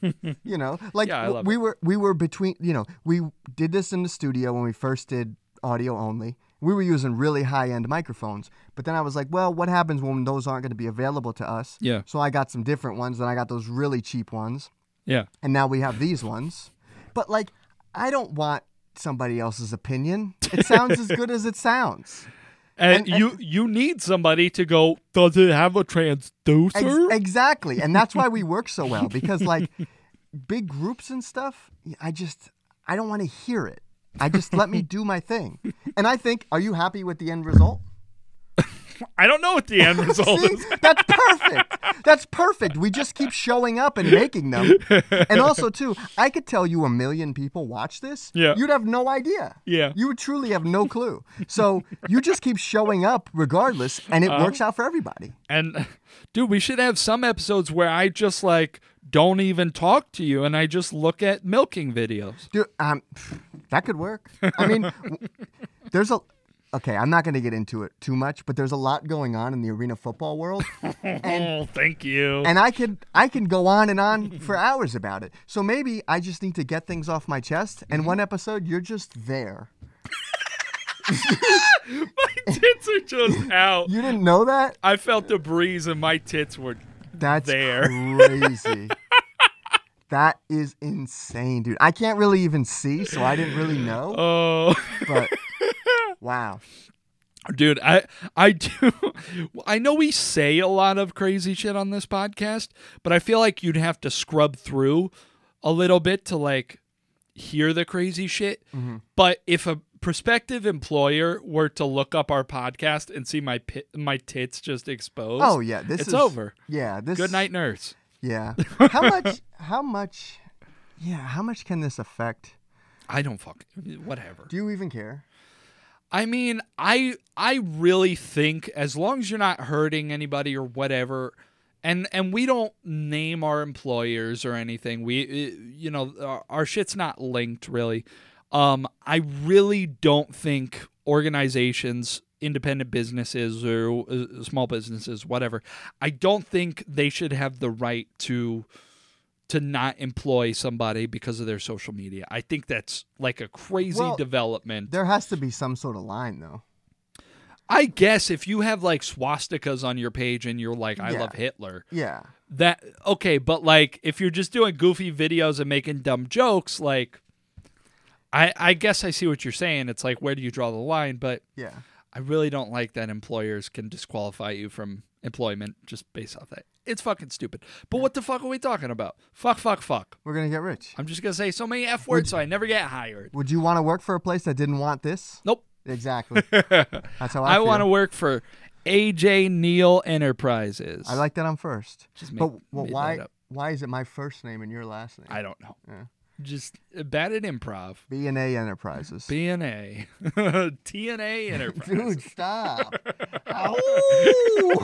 Speaker 2: you know, like
Speaker 3: Yeah, I
Speaker 2: w-
Speaker 3: love
Speaker 2: we were we were between, you know, we did this in the studio when we first did audio only. We were using really high-end microphones, but then I was like, well, what happens when those aren't going to be available to us?
Speaker 3: Yeah.
Speaker 2: So I got some different ones, then I got those really cheap ones,
Speaker 3: Yeah,
Speaker 2: and now we have these ones. But like I don't want somebody else's opinion. It sounds as good as it sounds.
Speaker 3: and,
Speaker 2: And-
Speaker 3: you you need somebody to go. Does it have a transducer?
Speaker 2: Ex- exactly, and that's why we work so well because like big groups and stuff, I just I don't want to hear it. I just let me do my thing. And I think, are you happy with the end result?
Speaker 3: I don't know what the end result
Speaker 2: See,
Speaker 3: is.
Speaker 2: that's perfect. That's perfect. We just keep showing up and making them. And also, too, I could tell you a million people watch this.
Speaker 3: Yeah.
Speaker 2: You'd have no idea.
Speaker 3: Yeah.
Speaker 2: You would truly have no clue. So you just keep showing up regardless, and it
Speaker 3: Uh-huh.
Speaker 2: works out for everybody.
Speaker 3: And dude, we should have some episodes where I just like don't even talk to you, and I just look at milking videos.
Speaker 2: Dude, um, that could work. I mean, w- there's a. Okay, I'm not going to get into it too much, but there's a lot going on in the arena football world, and
Speaker 3: Oh, thank you.
Speaker 2: and I could I can go on and on for hours about it. So maybe I just need to get things off my chest. And one episode, you're just there.
Speaker 3: My tits are just out.
Speaker 2: You didn't know that?
Speaker 3: I felt the breeze and my tits were.
Speaker 2: That's
Speaker 3: There.
Speaker 2: crazy. that is insane, dude. I can't really even see, so I didn't really know.
Speaker 3: Oh,
Speaker 2: But wow,
Speaker 3: dude, I I do. I know we say a lot of crazy shit on this podcast, but I feel like you'd have to scrub through a little bit to like hear the crazy shit. But if a prospective employer were to look up our podcast and see my pit, my tits just exposed,
Speaker 2: Oh, yeah, this
Speaker 3: it's
Speaker 2: is-
Speaker 3: over.
Speaker 2: yeah. This
Speaker 3: Good night, nurse.
Speaker 2: Yeah. How much? How much? Yeah. How much can this affect?
Speaker 3: I don't fuck. Whatever.
Speaker 2: Do you even care?
Speaker 3: I mean, I I really think as long as you're not hurting anybody or whatever, and and we don't name our employers or anything. We eh, you know our, our shit's not linked really. Um, I really don't think organizations, independent businesses or uh, small businesses, whatever. I don't think they should have the right to to not employ somebody because of their social media. I think that's like a crazy
Speaker 2: Well,
Speaker 3: development.
Speaker 2: There has to be some sort of line, though.
Speaker 3: I guess if you have like swastikas on your page and you're like, I
Speaker 2: Yeah.
Speaker 3: love Hitler,
Speaker 2: Yeah.
Speaker 3: that okay. But like, if you're just doing goofy videos and making dumb jokes, like, I I guess I see what you're saying. It's like, where do you draw the line? But
Speaker 2: Yeah.
Speaker 3: I really don't like that employers can disqualify you from employment just based off that. It's fucking stupid. But what the fuck are we talking about? Fuck, fuck, fuck.
Speaker 2: We're gonna get rich.
Speaker 3: I'm just gonna say so many f words so I never get hired.
Speaker 2: Would you want to work for a place that didn't want this?
Speaker 3: Nope.
Speaker 2: Exactly. That's how I,
Speaker 3: I
Speaker 2: feel.
Speaker 3: want to work for AJ Neal Enterprises.
Speaker 2: I like that I'm first.
Speaker 3: Just
Speaker 2: but
Speaker 3: made-
Speaker 2: well,
Speaker 3: made that
Speaker 2: why?
Speaker 3: up.
Speaker 2: Why is it my first name and your last name?
Speaker 3: I don't know.
Speaker 2: Yeah.
Speaker 3: Just bad at improv.
Speaker 2: B and A Enterprises.
Speaker 3: BNA, TNA Enterprise.
Speaker 2: Dude, stop. Ow.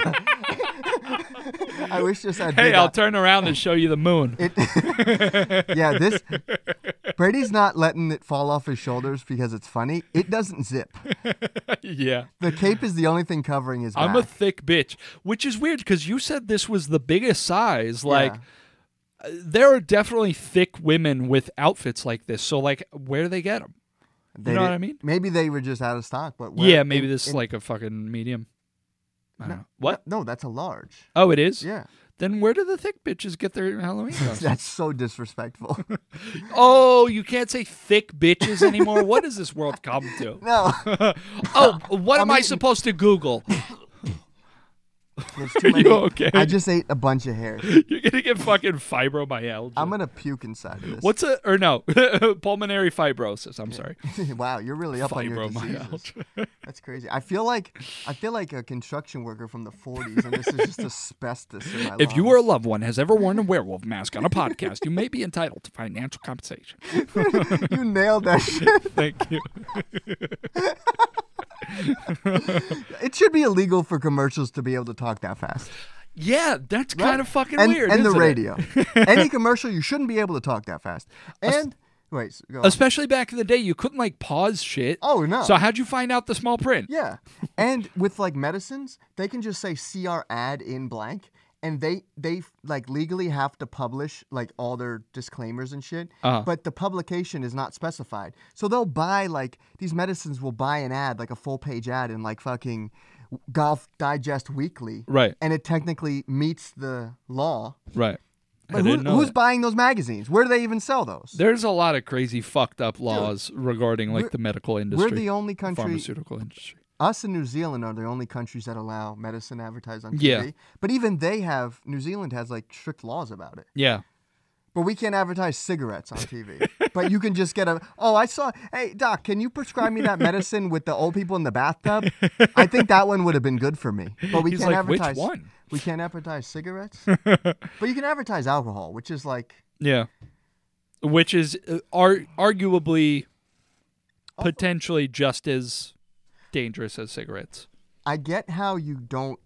Speaker 2: I wish this had
Speaker 3: hey,
Speaker 2: big
Speaker 3: I'll
Speaker 2: eye-
Speaker 3: turn around and show you the moon.
Speaker 2: it, yeah, this Brady's not letting it fall off his shoulders because it's funny. It doesn't zip.
Speaker 3: yeah.
Speaker 2: The cape is the only thing covering his
Speaker 3: I'm a
Speaker 2: back.
Speaker 3: thick bitch, which is weird because you said this was the biggest size. Like,
Speaker 2: Yeah.
Speaker 3: uh, there are definitely thick women with outfits like this. So, like, where do they get them?
Speaker 2: They
Speaker 3: know what
Speaker 2: did-
Speaker 3: I mean?
Speaker 2: Maybe they were just out of stock, but where-
Speaker 3: yeah, maybe
Speaker 2: in-
Speaker 3: this is
Speaker 2: in-
Speaker 3: like a fucking medium. I don't know. What?
Speaker 2: No, that's a large.
Speaker 3: Oh, it is.
Speaker 2: Yeah,
Speaker 3: Then where do the thick bitches get their Halloween costumes?
Speaker 2: that's so disrespectful.
Speaker 3: oh, you can't say thick bitches anymore. what does this world come to?
Speaker 2: no,
Speaker 3: Oh, what am I
Speaker 2: mean-
Speaker 3: supposed to Google?
Speaker 2: there's too many.
Speaker 3: you okay?
Speaker 2: I just ate a bunch of hair.
Speaker 3: You're gonna get fucking fibromyalgia.
Speaker 2: I'm gonna puke inside of this.
Speaker 3: What's a or no pulmonary fibrosis? I'm sorry,
Speaker 2: wow, you're really up on your diseases.
Speaker 3: fibromyalgia.
Speaker 2: That's crazy. I feel like I feel like a construction worker from the 40s, and this is just asbestos in my
Speaker 3: If you
Speaker 2: lungs.
Speaker 3: or a loved one has ever worn a werewolf mask on a podcast, you may be entitled to financial compensation.
Speaker 2: you nailed that shit.
Speaker 3: Thank you.
Speaker 2: It should be illegal for commercials to be able to talk that fast.
Speaker 3: Yeah, that's kind of fucking
Speaker 2: And,
Speaker 3: weird.
Speaker 2: and the
Speaker 3: isn't it?
Speaker 2: radio. Any commercial, you shouldn't be able to talk that fast. And wait, s- go on.
Speaker 3: Especially back in the day, you couldn't like pause shit.
Speaker 2: Oh, no.
Speaker 3: So how'd you find out the small print?
Speaker 2: yeah. And with like medicines, they can just say CR ad in blank. And they they like legally have to publish like all their disclaimers and shit,
Speaker 3: Uh-huh.
Speaker 2: but the publication is not specified. So they'll buy like these medicines will buy an ad like a full page ad in like fucking Golf Digest Weekly,
Speaker 3: Right.
Speaker 2: And it technically meets the law,
Speaker 3: Right. I
Speaker 2: But who,
Speaker 3: didn't know
Speaker 2: who's
Speaker 3: that.
Speaker 2: buying those magazines? Where do they even sell those?
Speaker 3: There's a lot of crazy fucked up laws regarding like
Speaker 2: we're-
Speaker 3: the medical industry,
Speaker 2: We're the only country.
Speaker 3: pharmaceutical industry.
Speaker 2: Us and New Zealand are the only countries that allow medicine advertised on TV.
Speaker 3: Yeah.
Speaker 2: But even they have New Zealand has like strict laws about it.
Speaker 3: Yeah.
Speaker 2: But we can't advertise cigarettes on TV. but you can just get a oh I saw hey doc can you prescribe me that medicine with the old people in the bathtub? I think that one would have been good for me. But we
Speaker 3: He's
Speaker 2: can't
Speaker 3: like, "Which
Speaker 2: advertise
Speaker 3: one?"
Speaker 2: We can't advertise cigarettes. but you can advertise alcohol, which is like
Speaker 3: Yeah. Which is uh, ar- arguably potentially just as dangerous as cigarettes.
Speaker 2: I get how you don't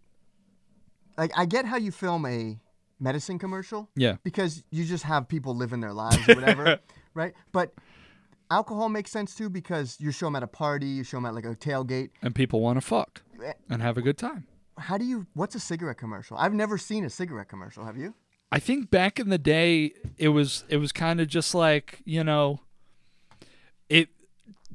Speaker 2: like I get how you film a medicine commercial.
Speaker 3: Yeah.
Speaker 2: Because you just have people living their lives or whatever, right? But alcohol makes sense too because you show them at a party, you show them at like a tailgate.
Speaker 3: And people want to fuck
Speaker 2: Eh.
Speaker 3: and have a good time.
Speaker 2: How do you what's a cigarette commercial? I've never seen a cigarette commercial, have you?
Speaker 3: I think back in the day it was it was kind of just like, you know, it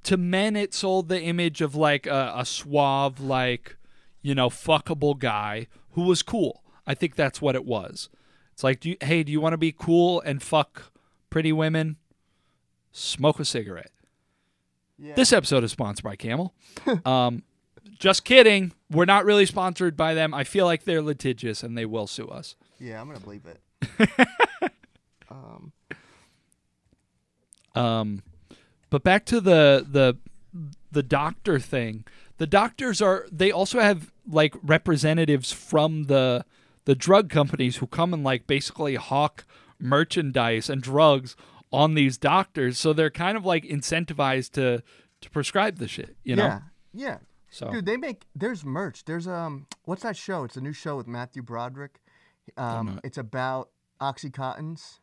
Speaker 3: to men it sold the image of like a, a suave like, you know, fuckable guy who was cool. I think that's what it was. It's like, do you, hey, do you want to be cool and fuck pretty women? Smoke a cigarette.
Speaker 2: Yeah.
Speaker 3: This episode is sponsored by Camel. um, just kidding. We're not really sponsored by them. I feel like they're litigious and they will sue us.
Speaker 2: Yeah, I'm gonna believe it. um,
Speaker 3: Um, but back to the the the doctor thing. The doctors are they also have like representatives from the the drug companies who come and like basically hawk merchandise and drugs on these doctors. So they're kind of like incentivized to to prescribe the shit, you know.
Speaker 2: yeah. Yeah.
Speaker 3: So
Speaker 2: Dude, they make there's merch. There's um what's that show? It's a new show with Matthew Broderick. Um it's about Oxycontins.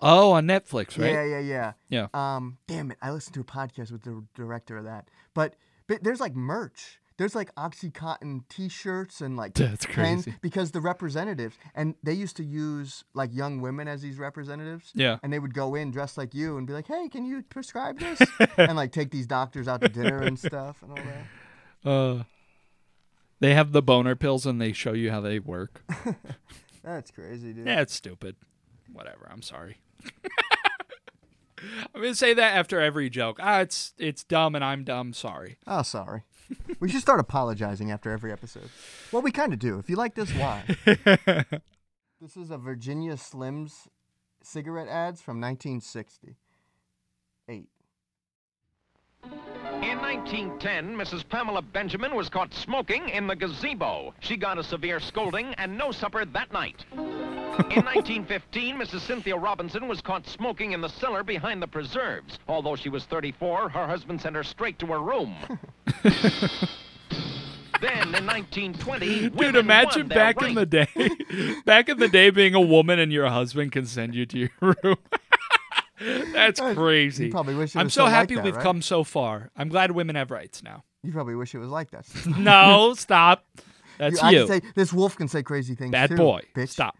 Speaker 3: oh, on Netflix, right?
Speaker 2: Yeah, yeah, yeah.
Speaker 3: Yeah.
Speaker 2: Um, damn it, I listened to a podcast with the director of that. But, but there's like merch. There's like OxyContin T-shirts and like
Speaker 3: That's
Speaker 2: pens
Speaker 3: crazy.
Speaker 2: because the representatives and they used to use like young women as these representatives.
Speaker 3: Yeah.
Speaker 2: And they would go in dressed like you and be like, "Hey, can you prescribe this?" and like take these doctors out to dinner and stuff and all that.
Speaker 3: Uh, They have the boner pills and they show you how they work.
Speaker 2: That's crazy, dude.
Speaker 3: Yeah, it's stupid. Whatever. I'm sorry. I'm gonna say that after every joke. Ah, it's it's dumb and I'm dumb. Sorry.
Speaker 2: Oh, sorry. we should start apologizing after every episode. Well, we kind of do. If you like this, why? this is a Virginia Slims cigarette ads from 1968.
Speaker 5: In 1910, Mrs. Pamela Benjamin was caught smoking in the gazebo. She got a severe scolding and no supper that night. In 1915, Mrs. Cynthia Robinson was caught smoking in the cellar behind the preserves. Although she was 34, her husband sent her straight to her room. then in 1920, women
Speaker 3: Dude, imagine
Speaker 5: won their
Speaker 3: back in the
Speaker 5: right.
Speaker 3: day, back in the day, being a woman and your husband can send you to your room. That's crazy.
Speaker 2: probably wish it
Speaker 3: I'm
Speaker 2: was
Speaker 3: so
Speaker 2: something like
Speaker 3: happy
Speaker 2: that,
Speaker 3: we've
Speaker 2: right?
Speaker 3: come so far. I'm glad women have rights now.
Speaker 2: You probably wish it was like that.
Speaker 3: No, stop. That's
Speaker 2: I
Speaker 3: you,
Speaker 2: Can say, this wolf can say crazy things
Speaker 3: bad
Speaker 2: too,
Speaker 3: boy.
Speaker 2: Bitch.
Speaker 3: Stop.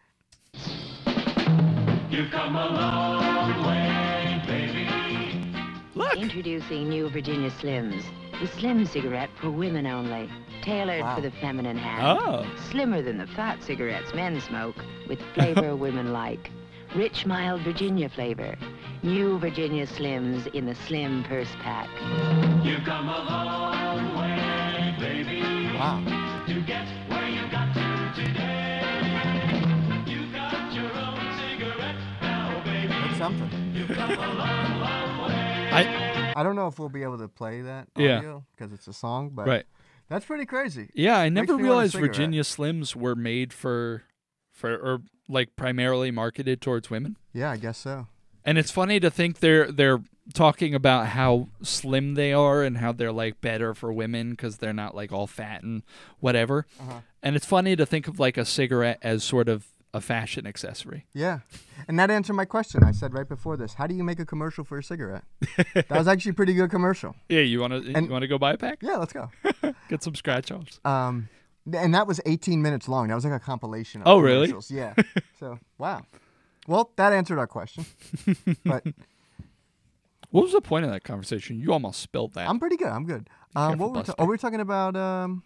Speaker 3: Look,
Speaker 6: Introducing new Virginia Slims, the slim cigarette for women only, tailored
Speaker 2: Wow.
Speaker 6: for the feminine hand.
Speaker 3: Oh.
Speaker 6: Slimmer than the fat cigarettes men smoke, with flavor women like. Rich, mild Virginia flavor. New Virginia Slims in the slim purse pack.
Speaker 2: Wow. That's something.
Speaker 3: I,
Speaker 2: I don't know if we'll be able to play that
Speaker 3: Yeah.
Speaker 2: audio because it's a song, but
Speaker 3: right.
Speaker 2: that's pretty crazy.
Speaker 3: Yeah, I
Speaker 2: Makes me
Speaker 3: never
Speaker 2: want a
Speaker 3: realized
Speaker 2: cigarette.
Speaker 3: Virginia Slims were made for, for or like primarily marketed towards women.
Speaker 2: Yeah, I guess so.
Speaker 3: And it's funny to think they're they're talking about how slim they are and how they're like better for women because they're not like all fat and whatever.
Speaker 2: Uh-huh.
Speaker 3: And it's funny to think of like a cigarette as sort of a fashion accessory.
Speaker 2: Yeah. And that answered my question I said right before this. How do you make a commercial for a cigarette? that was actually a pretty good commercial.
Speaker 3: Yeah, you wanna you wanna go buy a pack?
Speaker 2: Yeah, let's go.
Speaker 3: Get some scratch offs.
Speaker 2: Um, and that was 18 minutes long. That was like a compilation. Of
Speaker 3: Oh, really?
Speaker 2: commercials. Yeah. so wow. Well, that answered our question. but
Speaker 3: What was the point of that conversation? You almost spilled that.
Speaker 2: I'm pretty good. I'm good. Um, what
Speaker 3: careful,
Speaker 2: were we ta-
Speaker 3: Buster.
Speaker 2: oh, we were talking about? Um,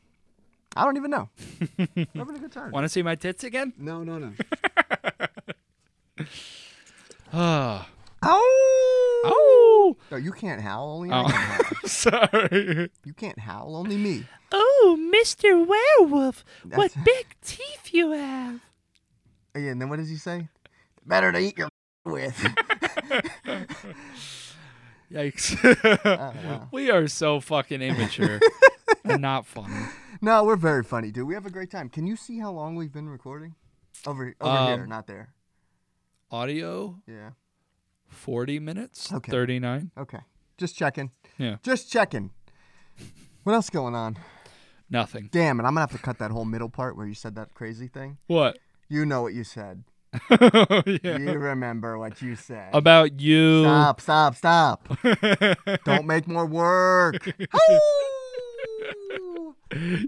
Speaker 2: I don't even know. We're having a good time.
Speaker 3: wanna see my tits again?
Speaker 2: No, no, no.
Speaker 3: Ah.
Speaker 2: oh!
Speaker 3: oh
Speaker 2: No, you can't howl. Only I
Speaker 3: Oh.
Speaker 2: can howl.
Speaker 3: sorry.
Speaker 2: you can't howl. Only me.
Speaker 4: Oh, Mr. Werewolf, what
Speaker 2: That's-
Speaker 4: big teeth you have.
Speaker 2: Yeah, and then what does he say? Better to eat your with.
Speaker 3: Yikes.
Speaker 2: Oh, wow.
Speaker 3: We are so fucking immature and not funny.
Speaker 2: no, we're very funny, dude. We have a great time. Can you see how long we've been recording? Over, over here,
Speaker 3: Um,
Speaker 2: not there.
Speaker 3: Audio
Speaker 2: Yeah.
Speaker 3: 40 minutes,
Speaker 2: Okay.
Speaker 3: 39.
Speaker 2: Okay. Just checking.
Speaker 3: Yeah.
Speaker 2: Just checking. What else going on?
Speaker 3: Nothing.
Speaker 2: Damn, and I'm gonna have to cut that whole middle part where you said that crazy thing.
Speaker 3: What?
Speaker 2: You know what you said.
Speaker 3: Yeah.
Speaker 2: You remember what you said.
Speaker 3: About you.
Speaker 2: Stop, stop, stop. Don't make more work. Hoo!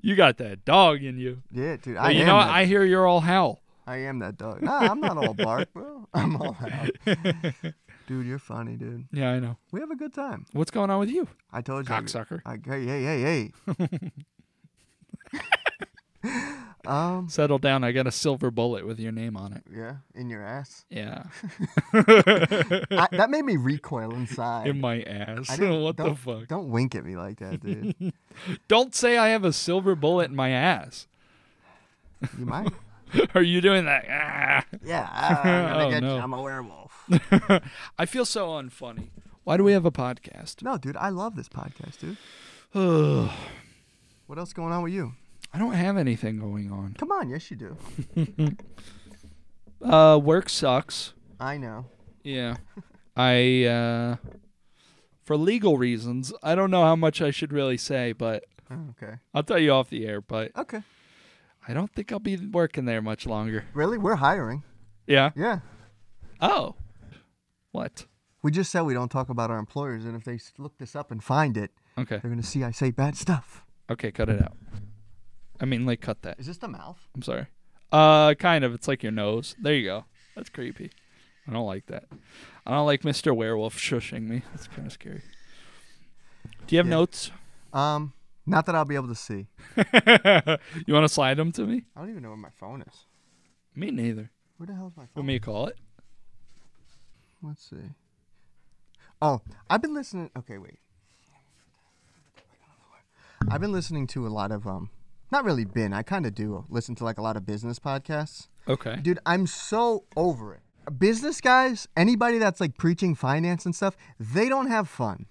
Speaker 3: You got that dog in you.
Speaker 2: yeah, dude.
Speaker 3: But
Speaker 2: I
Speaker 3: you
Speaker 2: am
Speaker 3: know, what?
Speaker 2: that,
Speaker 3: I hear you're all howl.
Speaker 2: I am that dog. Nah, I'm not all bark, bro. I'm all out. Dude, you're funny, dude.
Speaker 3: Yeah, I know.
Speaker 2: We have a good time.
Speaker 3: What's going on with you?
Speaker 2: I told you.
Speaker 3: Cocksucker.
Speaker 2: I, hey, hey, hey, hey. um,
Speaker 3: Settle down. I got a silver bullet with your name on it.
Speaker 2: yeah, in your ass.
Speaker 3: Yeah.
Speaker 2: I, that made me recoil inside.
Speaker 3: In my ass.
Speaker 2: I didn't-
Speaker 3: what the
Speaker 2: don't-
Speaker 3: fuck?
Speaker 2: Don't wink at me like that, dude.
Speaker 3: Don't say I have a silver bullet in my ass.
Speaker 2: You might.
Speaker 3: Are you doing that? Ah.
Speaker 2: Yeah, ah, I'm gonna
Speaker 3: Oh,
Speaker 2: get
Speaker 3: no.
Speaker 2: you. I'm a werewolf.
Speaker 3: I feel so unfunny. Why do we have a podcast?
Speaker 2: no, dude, I love this podcast, dude. what else going on with you?
Speaker 3: I don't have anything going on.
Speaker 2: Come on, yes, you do.
Speaker 3: Uh, work sucks.
Speaker 2: I know.
Speaker 3: Yeah. I uh for legal reasons, I don't know how much I should really say, but
Speaker 2: Oh, okay.
Speaker 3: I'll tell you off the air, but
Speaker 2: Okay.
Speaker 3: I don't think I'll be working there much longer.
Speaker 2: Really, we're hiring.
Speaker 3: Yeah.
Speaker 2: Yeah.
Speaker 3: Oh. What?
Speaker 2: We just said we don't talk about our employers, and if they s- look this up and find it,
Speaker 3: Okay.
Speaker 2: they're gonna see I say bad stuff.
Speaker 3: Okay, cut it out. I mean, like cut that.
Speaker 2: Is this the mouth?
Speaker 3: I'm sorry. Uh kind of. It's like your nose. There you go. That's creepy. I don't like that. I don't like Mr. Werewolf shushing me. That's kind of scary. Do you have
Speaker 2: Yeah.
Speaker 3: notes?
Speaker 2: Um, Not that I'll be able to see.
Speaker 3: you want to slide them to me?
Speaker 2: I don't even know where my phone is.
Speaker 3: Me neither.
Speaker 2: Where the hell is my phone?
Speaker 3: Want me to call it?
Speaker 2: Let's see. Oh, I've been listening. Okay, wait. I've been listening to a lot of um, not really been. I kind of do listen to like a lot of business podcasts.
Speaker 3: Okay.
Speaker 2: Dude, I'm so over it. Business guys, anybody that's like preaching finance and stuff, they don't have fun.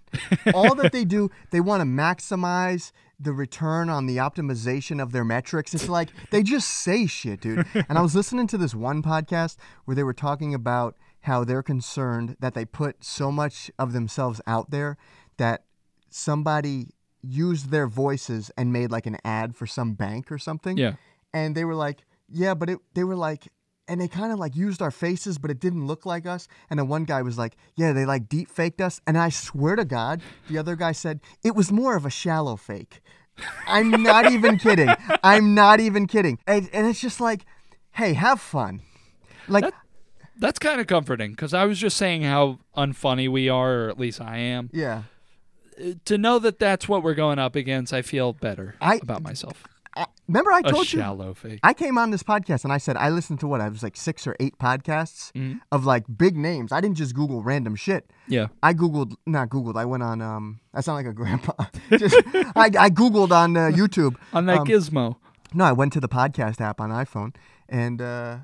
Speaker 2: All that they do, they want to maximize the return on the optimization of their metrics. It's like they just say shit, dude. And I was listening to this one podcast where they were talking about how they're concerned that they put so much of themselves out there that somebody used their voices and made like an ad for some bank or something
Speaker 3: Yeah.
Speaker 2: and they were like, yeah, but it, they were like, and they kind of like used our faces, but it didn't look like us. And then one guy was like, yeah, they like deep faked us. And I swear to God, the other guy said, it was more of a shallow fake. I'm not even kidding. I'm not even kidding. And, and it's just like, hey, have fun. Like,
Speaker 3: That's kind of comforting because I was just saying how unfunny we are, or at least I am. Uh,
Speaker 2: yeah.
Speaker 3: To know that that's what we're going up against, I feel better
Speaker 2: I-
Speaker 3: about myself.
Speaker 2: I, remember, I
Speaker 3: A
Speaker 2: told you.
Speaker 3: shallow fake.
Speaker 2: I came on this podcast and I said I listened to what I was like six or eight podcasts
Speaker 3: Mm.
Speaker 2: of like big names. I didn't just Google random shit.
Speaker 3: Yeah.
Speaker 2: I googled not googled. I went on um. I sound like a grandpa. just I, I googled on uh, YouTube.
Speaker 3: On that
Speaker 2: Um,
Speaker 3: gizmo.
Speaker 2: no, I went to the podcast app on iPhone and uh,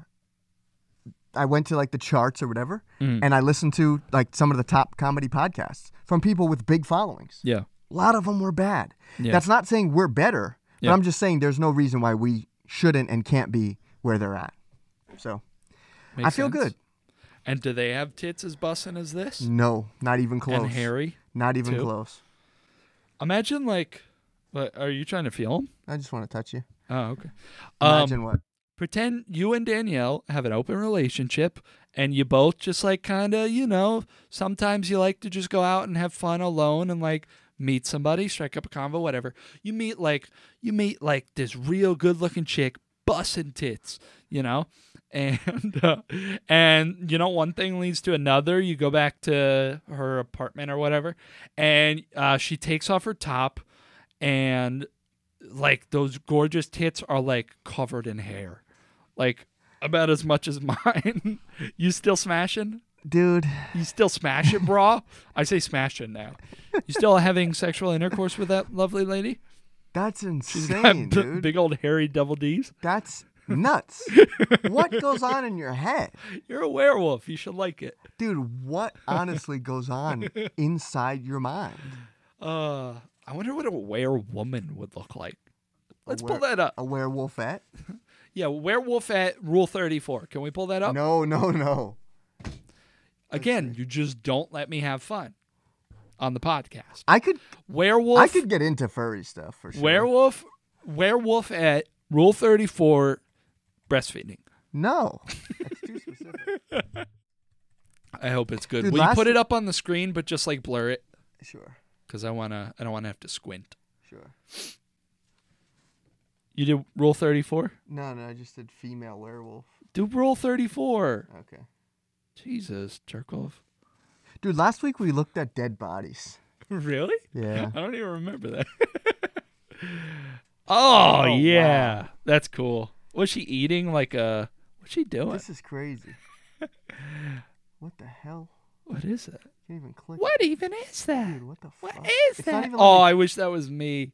Speaker 2: I went to like the charts or whatever,
Speaker 3: Mm.
Speaker 2: and I listened to like some of the top comedy podcasts from people with big followings.
Speaker 3: Yeah.
Speaker 2: A lot of them were bad.
Speaker 3: Yeah.
Speaker 2: That's not saying we're better,
Speaker 3: Yeah.
Speaker 2: but I'm just saying there's no reason why we shouldn't and can't be where they're at. So I
Speaker 3: Makes
Speaker 2: feel
Speaker 3: sense.
Speaker 2: good.
Speaker 3: And do they have tits as bussin' as this?
Speaker 2: No, not even close.
Speaker 3: And hairy?
Speaker 2: Not even
Speaker 3: too.
Speaker 2: close.
Speaker 3: Imagine like, what, are you trying to feel 'em?
Speaker 2: I just want to touch you.
Speaker 3: Oh, okay. Um,
Speaker 2: Imagine what?
Speaker 3: pretend you and Danielle have an open relationship and you both just like kind of, you know, sometimes you like to just go out and have fun alone and like meet somebody, strike up a convo, whatever. You meet like you meet like this real good-looking chick bussin' tits, you know? And uh, and you know one thing leads to another. You go back to her apartment or whatever, and uh, she takes off her top, and like those gorgeous tits are like covered in hair like about as much as mine you still smashing
Speaker 2: Dude,
Speaker 3: you still smashing bra i say smashing now you still having sexual intercourse with that lovely lady
Speaker 2: that's insane,
Speaker 3: Got b-
Speaker 2: dude.
Speaker 3: big old hairy double d's
Speaker 2: That's nuts. what goes on in your head?
Speaker 3: you're a werewolf you should like it
Speaker 2: Dude, what honestly goes on inside your mind?
Speaker 3: uh i wonder what a werewoman would look like let's pull
Speaker 2: were-
Speaker 3: that up
Speaker 2: A werewolf at?
Speaker 3: yeah werewolf at rule 34 can we pull that up
Speaker 2: No, no, no.
Speaker 3: again you just don't let me have fun on the podcast
Speaker 2: I could
Speaker 3: werewolf
Speaker 2: I could get into furry stuff for sure.
Speaker 3: Werewolf, werewolf at rule thirty four, breastfeeding.
Speaker 2: No. That's too specific.
Speaker 3: I hope it's good.
Speaker 2: Dude,
Speaker 3: Will you
Speaker 2: last-
Speaker 3: put it up on the screen, but just like blur it,
Speaker 2: Sure.
Speaker 3: because I wanna, I don't wanna have to squint.
Speaker 2: Sure.
Speaker 3: You did rule thirty four.
Speaker 2: No, no, I just did female werewolf.
Speaker 3: Do rule thirty four.
Speaker 2: Okay.
Speaker 3: Jesus, Jerkov.
Speaker 2: Dude, last week we looked at dead bodies.
Speaker 3: Really?
Speaker 2: Yeah.
Speaker 3: I don't even remember that. oh, yeah, that's cool. Was she eating like a? What's she doing?
Speaker 2: This is crazy. What the hell?
Speaker 3: what is that?
Speaker 2: Can't even click.
Speaker 3: What even is that?
Speaker 2: Dude, what the
Speaker 4: What
Speaker 2: fuck?
Speaker 4: is
Speaker 2: it's Not
Speaker 4: that?
Speaker 2: even
Speaker 3: Oh,
Speaker 2: like,
Speaker 3: I wish that was me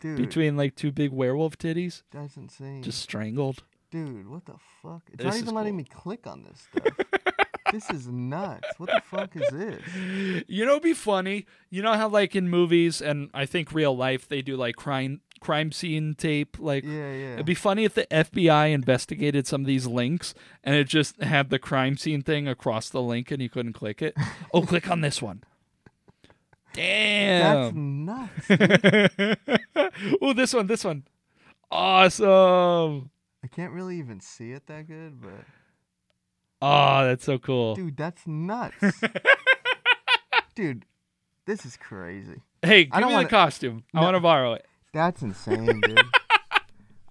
Speaker 2: dude,
Speaker 3: between like two big werewolf titties,
Speaker 2: that's insane.
Speaker 3: just strangled.
Speaker 2: Dude, what the fuck? It's
Speaker 3: This
Speaker 2: not
Speaker 3: is
Speaker 2: even letting
Speaker 3: cool.
Speaker 2: me click on this stuff. this is nuts. What the fuck is this?
Speaker 3: You know, it'd be funny. You know how, like in movies and I think real life, they do like crime crime scene tape. Like,
Speaker 2: Yeah, yeah.
Speaker 3: it'd be funny if the FBI investigated some of these links and it just had the crime scene thing across the link and you couldn't click it. oh, click on this one.
Speaker 2: That's
Speaker 3: Damn.
Speaker 2: nuts.
Speaker 3: oh, this one, this one. Awesome.
Speaker 2: I can't really even see it that good, but
Speaker 3: Oh, that's so cool.
Speaker 2: dude, that's nuts. dude, this is crazy.
Speaker 3: hey, give
Speaker 2: I don't
Speaker 3: me
Speaker 2: wanna-
Speaker 3: the costume. I want to borrow it.
Speaker 2: That's insane, dude.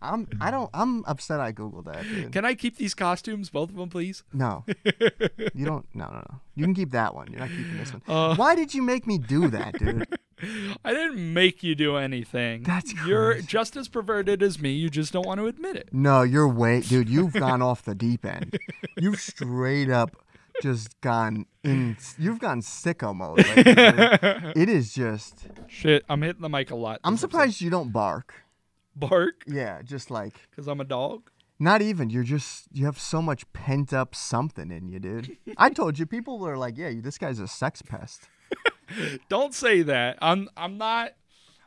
Speaker 2: I'm I don't I'm upset I googled that. Dude.
Speaker 3: Can I keep these costumes, both of them, please?
Speaker 2: No.
Speaker 3: Uh.
Speaker 2: You don't no no no. You can keep that one. You're not keeping this one. Why did you make me do that, dude?
Speaker 3: I didn't make you do anything.
Speaker 2: That's
Speaker 3: You're
Speaker 2: crazy.
Speaker 3: just as perverted as me. You just don't want to admit it.
Speaker 2: No, you're way, dude. You've gone off the deep end. You've straight up just gone in. You've gone sicko mode. lately, dude. it is just.
Speaker 3: Shit, I'm hitting the mic a lot.
Speaker 2: I'm
Speaker 3: this episode.
Speaker 2: surprised you don't bark.
Speaker 3: Bark,
Speaker 2: Yeah, just like
Speaker 3: because I'm a dog.
Speaker 2: not even. You're just you have so much pent up something in you, dude. I told you, people are like, yeah, this guy's a sex pest.
Speaker 3: Don't say that. I'm. I'm not.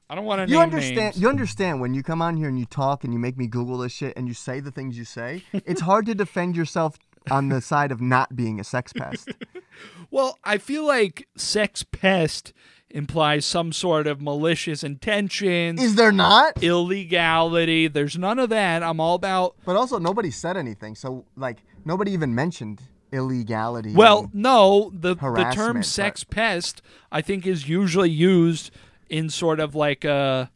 Speaker 3: I don't want to.
Speaker 2: You
Speaker 3: name
Speaker 2: understand?
Speaker 3: names.
Speaker 2: You understand when you come on here and you talk and you make me Google this shit and you say the things you say. it's hard to defend yourself on the side of not being a sex pest.
Speaker 3: Well, I feel like sex pest implies some sort of malicious intentions,
Speaker 2: Is there not?
Speaker 3: illegality. There's none of that. I'm all about.
Speaker 2: But also, nobody said anything. So, like, nobody even mentioned illegality.
Speaker 3: Well,
Speaker 2: and-
Speaker 3: no, the the term
Speaker 2: Mm. Harassment,
Speaker 3: sex pest I think is usually used in sort of like a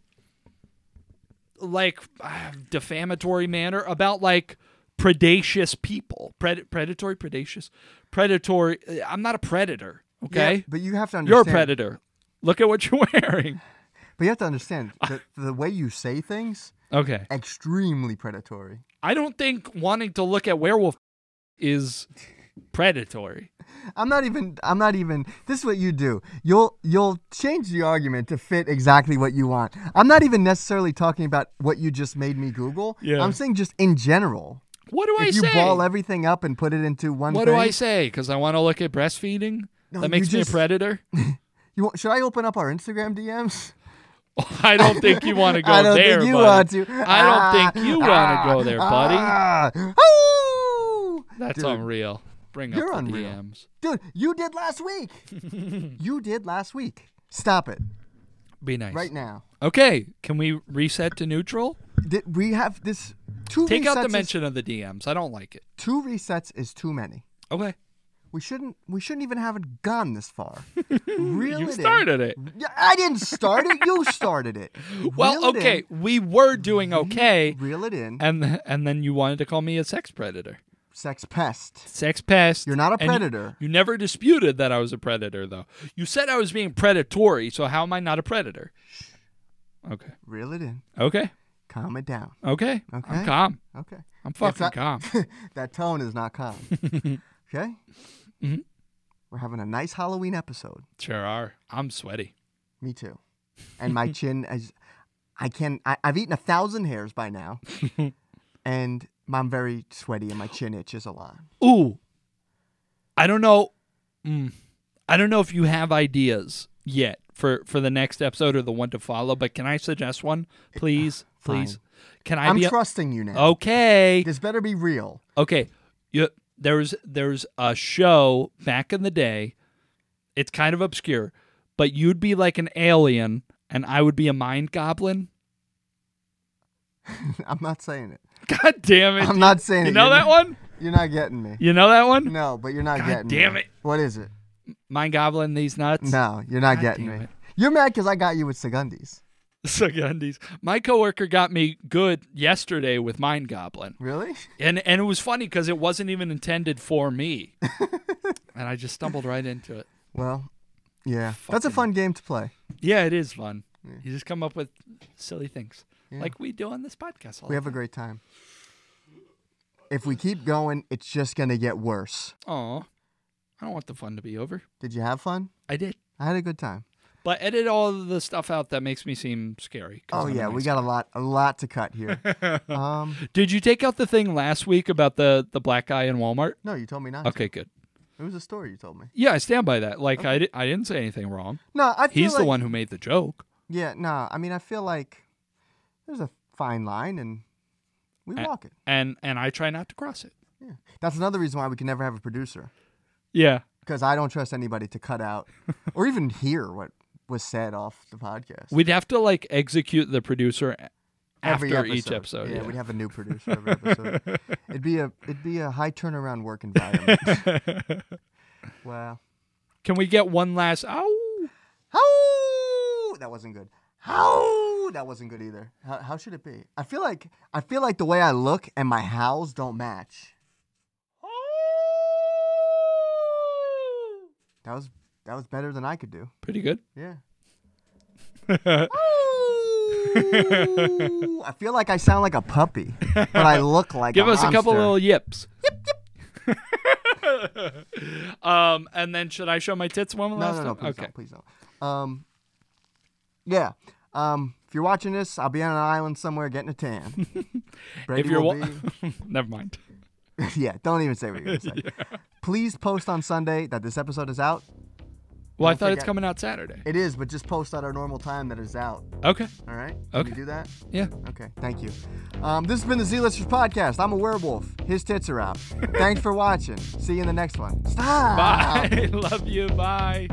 Speaker 3: like uh, defamatory manner about like predacious people, Pred- predatory, predacious, predatory. uh, I'm not a predator,
Speaker 2: Yeah,
Speaker 3: okay?
Speaker 2: but you have to
Speaker 3: You're a
Speaker 2: understand.
Speaker 3: predator. Look at what you're wearing.
Speaker 2: But you have to understand that the way you say things,
Speaker 3: Okay.
Speaker 2: extremely predatory.
Speaker 3: I don't think wanting to look at werewolf is predatory.
Speaker 2: I'm not even. I'm not even. This is what you do. You'll you'll change the argument to fit exactly what you want. I'm not even necessarily talking about what you just made me Google.
Speaker 3: Yeah.
Speaker 2: I'm saying just in general.
Speaker 3: What do I
Speaker 2: if you
Speaker 3: say?
Speaker 2: ball everything up and put it into one
Speaker 3: what
Speaker 2: thing,
Speaker 3: do I say? Because I want to look at breastfeeding.
Speaker 2: No,
Speaker 3: that
Speaker 2: you
Speaker 3: makes me
Speaker 2: just-
Speaker 3: a predator.
Speaker 2: you want, should I open up our Instagram DMs?
Speaker 3: I don't think you want to go
Speaker 2: I don't
Speaker 3: there,
Speaker 2: think you
Speaker 3: buddy.
Speaker 2: want to. Ah,
Speaker 3: I don't think you want to go there, buddy.
Speaker 2: buddy. Oh,
Speaker 3: That's
Speaker 2: dude,
Speaker 3: unreal. Bring up
Speaker 2: you're
Speaker 3: the
Speaker 2: unreal.
Speaker 3: DMs.
Speaker 2: Dude, you did last week. you did last week. Stop it
Speaker 3: Be nice.
Speaker 2: right now.
Speaker 3: Okay, can we reset to neutral?
Speaker 2: Th- we have this two
Speaker 3: Take
Speaker 2: resets.
Speaker 3: out the
Speaker 2: is-
Speaker 3: mention of the DMs. I don't like it.
Speaker 2: two resets is too many.
Speaker 3: Okay.
Speaker 2: We shouldn't. We shouldn't even have it gone this far. Reel
Speaker 3: You
Speaker 2: it in.
Speaker 3: started it.
Speaker 2: Yeah, I didn't start it. You started it.
Speaker 3: Well,
Speaker 2: Reel it Mm-hmm. in.
Speaker 3: okay, we were doing okay,
Speaker 2: Reel it in.
Speaker 3: and and then you wanted to call me a sex predator.
Speaker 2: Sex pest.
Speaker 3: sex pest.
Speaker 2: You're not a
Speaker 3: and you-
Speaker 2: predator.
Speaker 3: You, never disputed that I was a predator, though. You said I was being predatory, so how am I not a predator? Okay.
Speaker 2: Reel it in.
Speaker 3: Okay.
Speaker 2: Calm it down.
Speaker 3: Okay.
Speaker 2: Okay.
Speaker 3: I'm calm.
Speaker 2: Okay.
Speaker 3: I'm
Speaker 2: It's
Speaker 3: fucking
Speaker 2: not-
Speaker 3: calm.
Speaker 2: that tone is not calm. okay.
Speaker 3: Mm-hmm.
Speaker 2: We're having a nice Halloween episode.
Speaker 3: Sure are. I'm sweaty.
Speaker 2: Me too. And my chin is. I can. I, I've eaten a thousand hairs by now, and I'm very sweaty, and my chin itches a lot.
Speaker 3: Ooh. I don't know. Mm. I don't know if you have ideas yet for for the next episode or the one to follow, but can I suggest one, please? Please. Can I
Speaker 2: Uh, I'm
Speaker 3: be? a-
Speaker 2: trusting you now.
Speaker 3: okay.
Speaker 2: This better be real.
Speaker 3: Okay. You, there's there's a show back in the day. It's kind of obscure, but you'd be like an alien and I would be a mind goblin.
Speaker 2: I'm not saying it.
Speaker 3: God damn it.
Speaker 2: I'm not saying
Speaker 3: You
Speaker 2: it.
Speaker 3: know
Speaker 2: You're
Speaker 3: that one?
Speaker 2: You're not getting me.
Speaker 3: You know that one?
Speaker 2: No, but you're not
Speaker 3: God
Speaker 2: getting
Speaker 3: damn
Speaker 2: me.
Speaker 3: it.
Speaker 2: What is it?
Speaker 3: Mind goblin these nuts.
Speaker 2: No, you're not
Speaker 3: God
Speaker 2: getting
Speaker 3: damn
Speaker 2: me.
Speaker 3: it.
Speaker 2: You're mad because I got you with Segundis.
Speaker 3: Sugandis. My coworker got me good yesterday with mind goblin.
Speaker 2: Really?
Speaker 3: And and it was funny cuz it wasn't even intended for me. and I just stumbled right into it.
Speaker 2: Well, yeah. That's a fun game to play.
Speaker 3: Yeah, it is fun. You just come up with silly things. Like we do on this podcast. all
Speaker 2: We
Speaker 3: the
Speaker 2: have a great time. If we keep going, it's just gonna get worse.
Speaker 3: Oh, I don't want the fun to be over.
Speaker 2: Did you have fun?
Speaker 3: I did,
Speaker 2: I had a good time.
Speaker 3: but edit all the stuff out that makes me seem scary. 'cause
Speaker 2: Oh
Speaker 3: I'm
Speaker 2: yeah,
Speaker 3: nice.
Speaker 2: we got a lot, a lot to cut here. um,
Speaker 3: Did you take out the thing last week about the the black guy in Walmart?
Speaker 2: no, you told me not.
Speaker 3: Okay, good.
Speaker 2: to. It was a story you told me.
Speaker 3: Yeah, I stand by that. Like I, di- I didn't say anything wrong.
Speaker 2: No, Oh. I feel
Speaker 3: He's the
Speaker 2: like-
Speaker 3: one who made the joke.
Speaker 2: Yeah, no, I mean, I feel like there's a fine line, and we
Speaker 3: A-
Speaker 2: walk it.
Speaker 3: and and I try not to cross it.
Speaker 2: Yeah, that's another reason why we can never have a producer
Speaker 3: Yeah.
Speaker 2: because I don't trust anybody to cut out or even hear what was said off the podcast.
Speaker 3: We'd have to like execute the producer a- after
Speaker 2: Every
Speaker 3: each episode.
Speaker 2: yeah,
Speaker 3: Yeah,
Speaker 2: we'd have a new producer every episode. it'd be a it'd be a high turnaround work environment. wow,
Speaker 3: Can we get one last? Oh,
Speaker 2: how that wasn't good. How that wasn't good either. How, how should it be? I feel like I feel like the way I look and my howls don't match. That was that was better than I could do.
Speaker 3: pretty good.
Speaker 2: Yeah. Ooh, I feel like I sound like a puppy, but I look like
Speaker 3: Give
Speaker 2: a
Speaker 3: us a couple
Speaker 2: hamster.
Speaker 3: little yips. Yip, yip. um, and then should I show my tits one
Speaker 2: No,
Speaker 3: last
Speaker 2: no, no,
Speaker 3: time?
Speaker 2: please
Speaker 3: okay.
Speaker 2: don't, please don't. Um, yeah. Um, if you're watching this, I'll be on an island somewhere getting a tan. Brady
Speaker 3: If you're
Speaker 2: will
Speaker 3: wa-
Speaker 2: be-
Speaker 3: never mind.
Speaker 2: yeah, don't even say what you're gonna say. Please post on Sunday that this episode is out.
Speaker 3: Well, I
Speaker 2: Don't
Speaker 3: thought
Speaker 2: think
Speaker 3: it's
Speaker 2: I-
Speaker 3: coming out Saturday.
Speaker 2: It is, but just post at our normal time that it's out.
Speaker 3: Okay.
Speaker 2: All right? Can
Speaker 3: Okay.
Speaker 2: you do that?
Speaker 3: Yeah.
Speaker 2: Okay, thank you. Um, this has been the Z Listers podcast. I'm a werewolf. His tits are out. Thanks for watching. See you in the next one. Stop.
Speaker 3: Bye. Love you. Bye.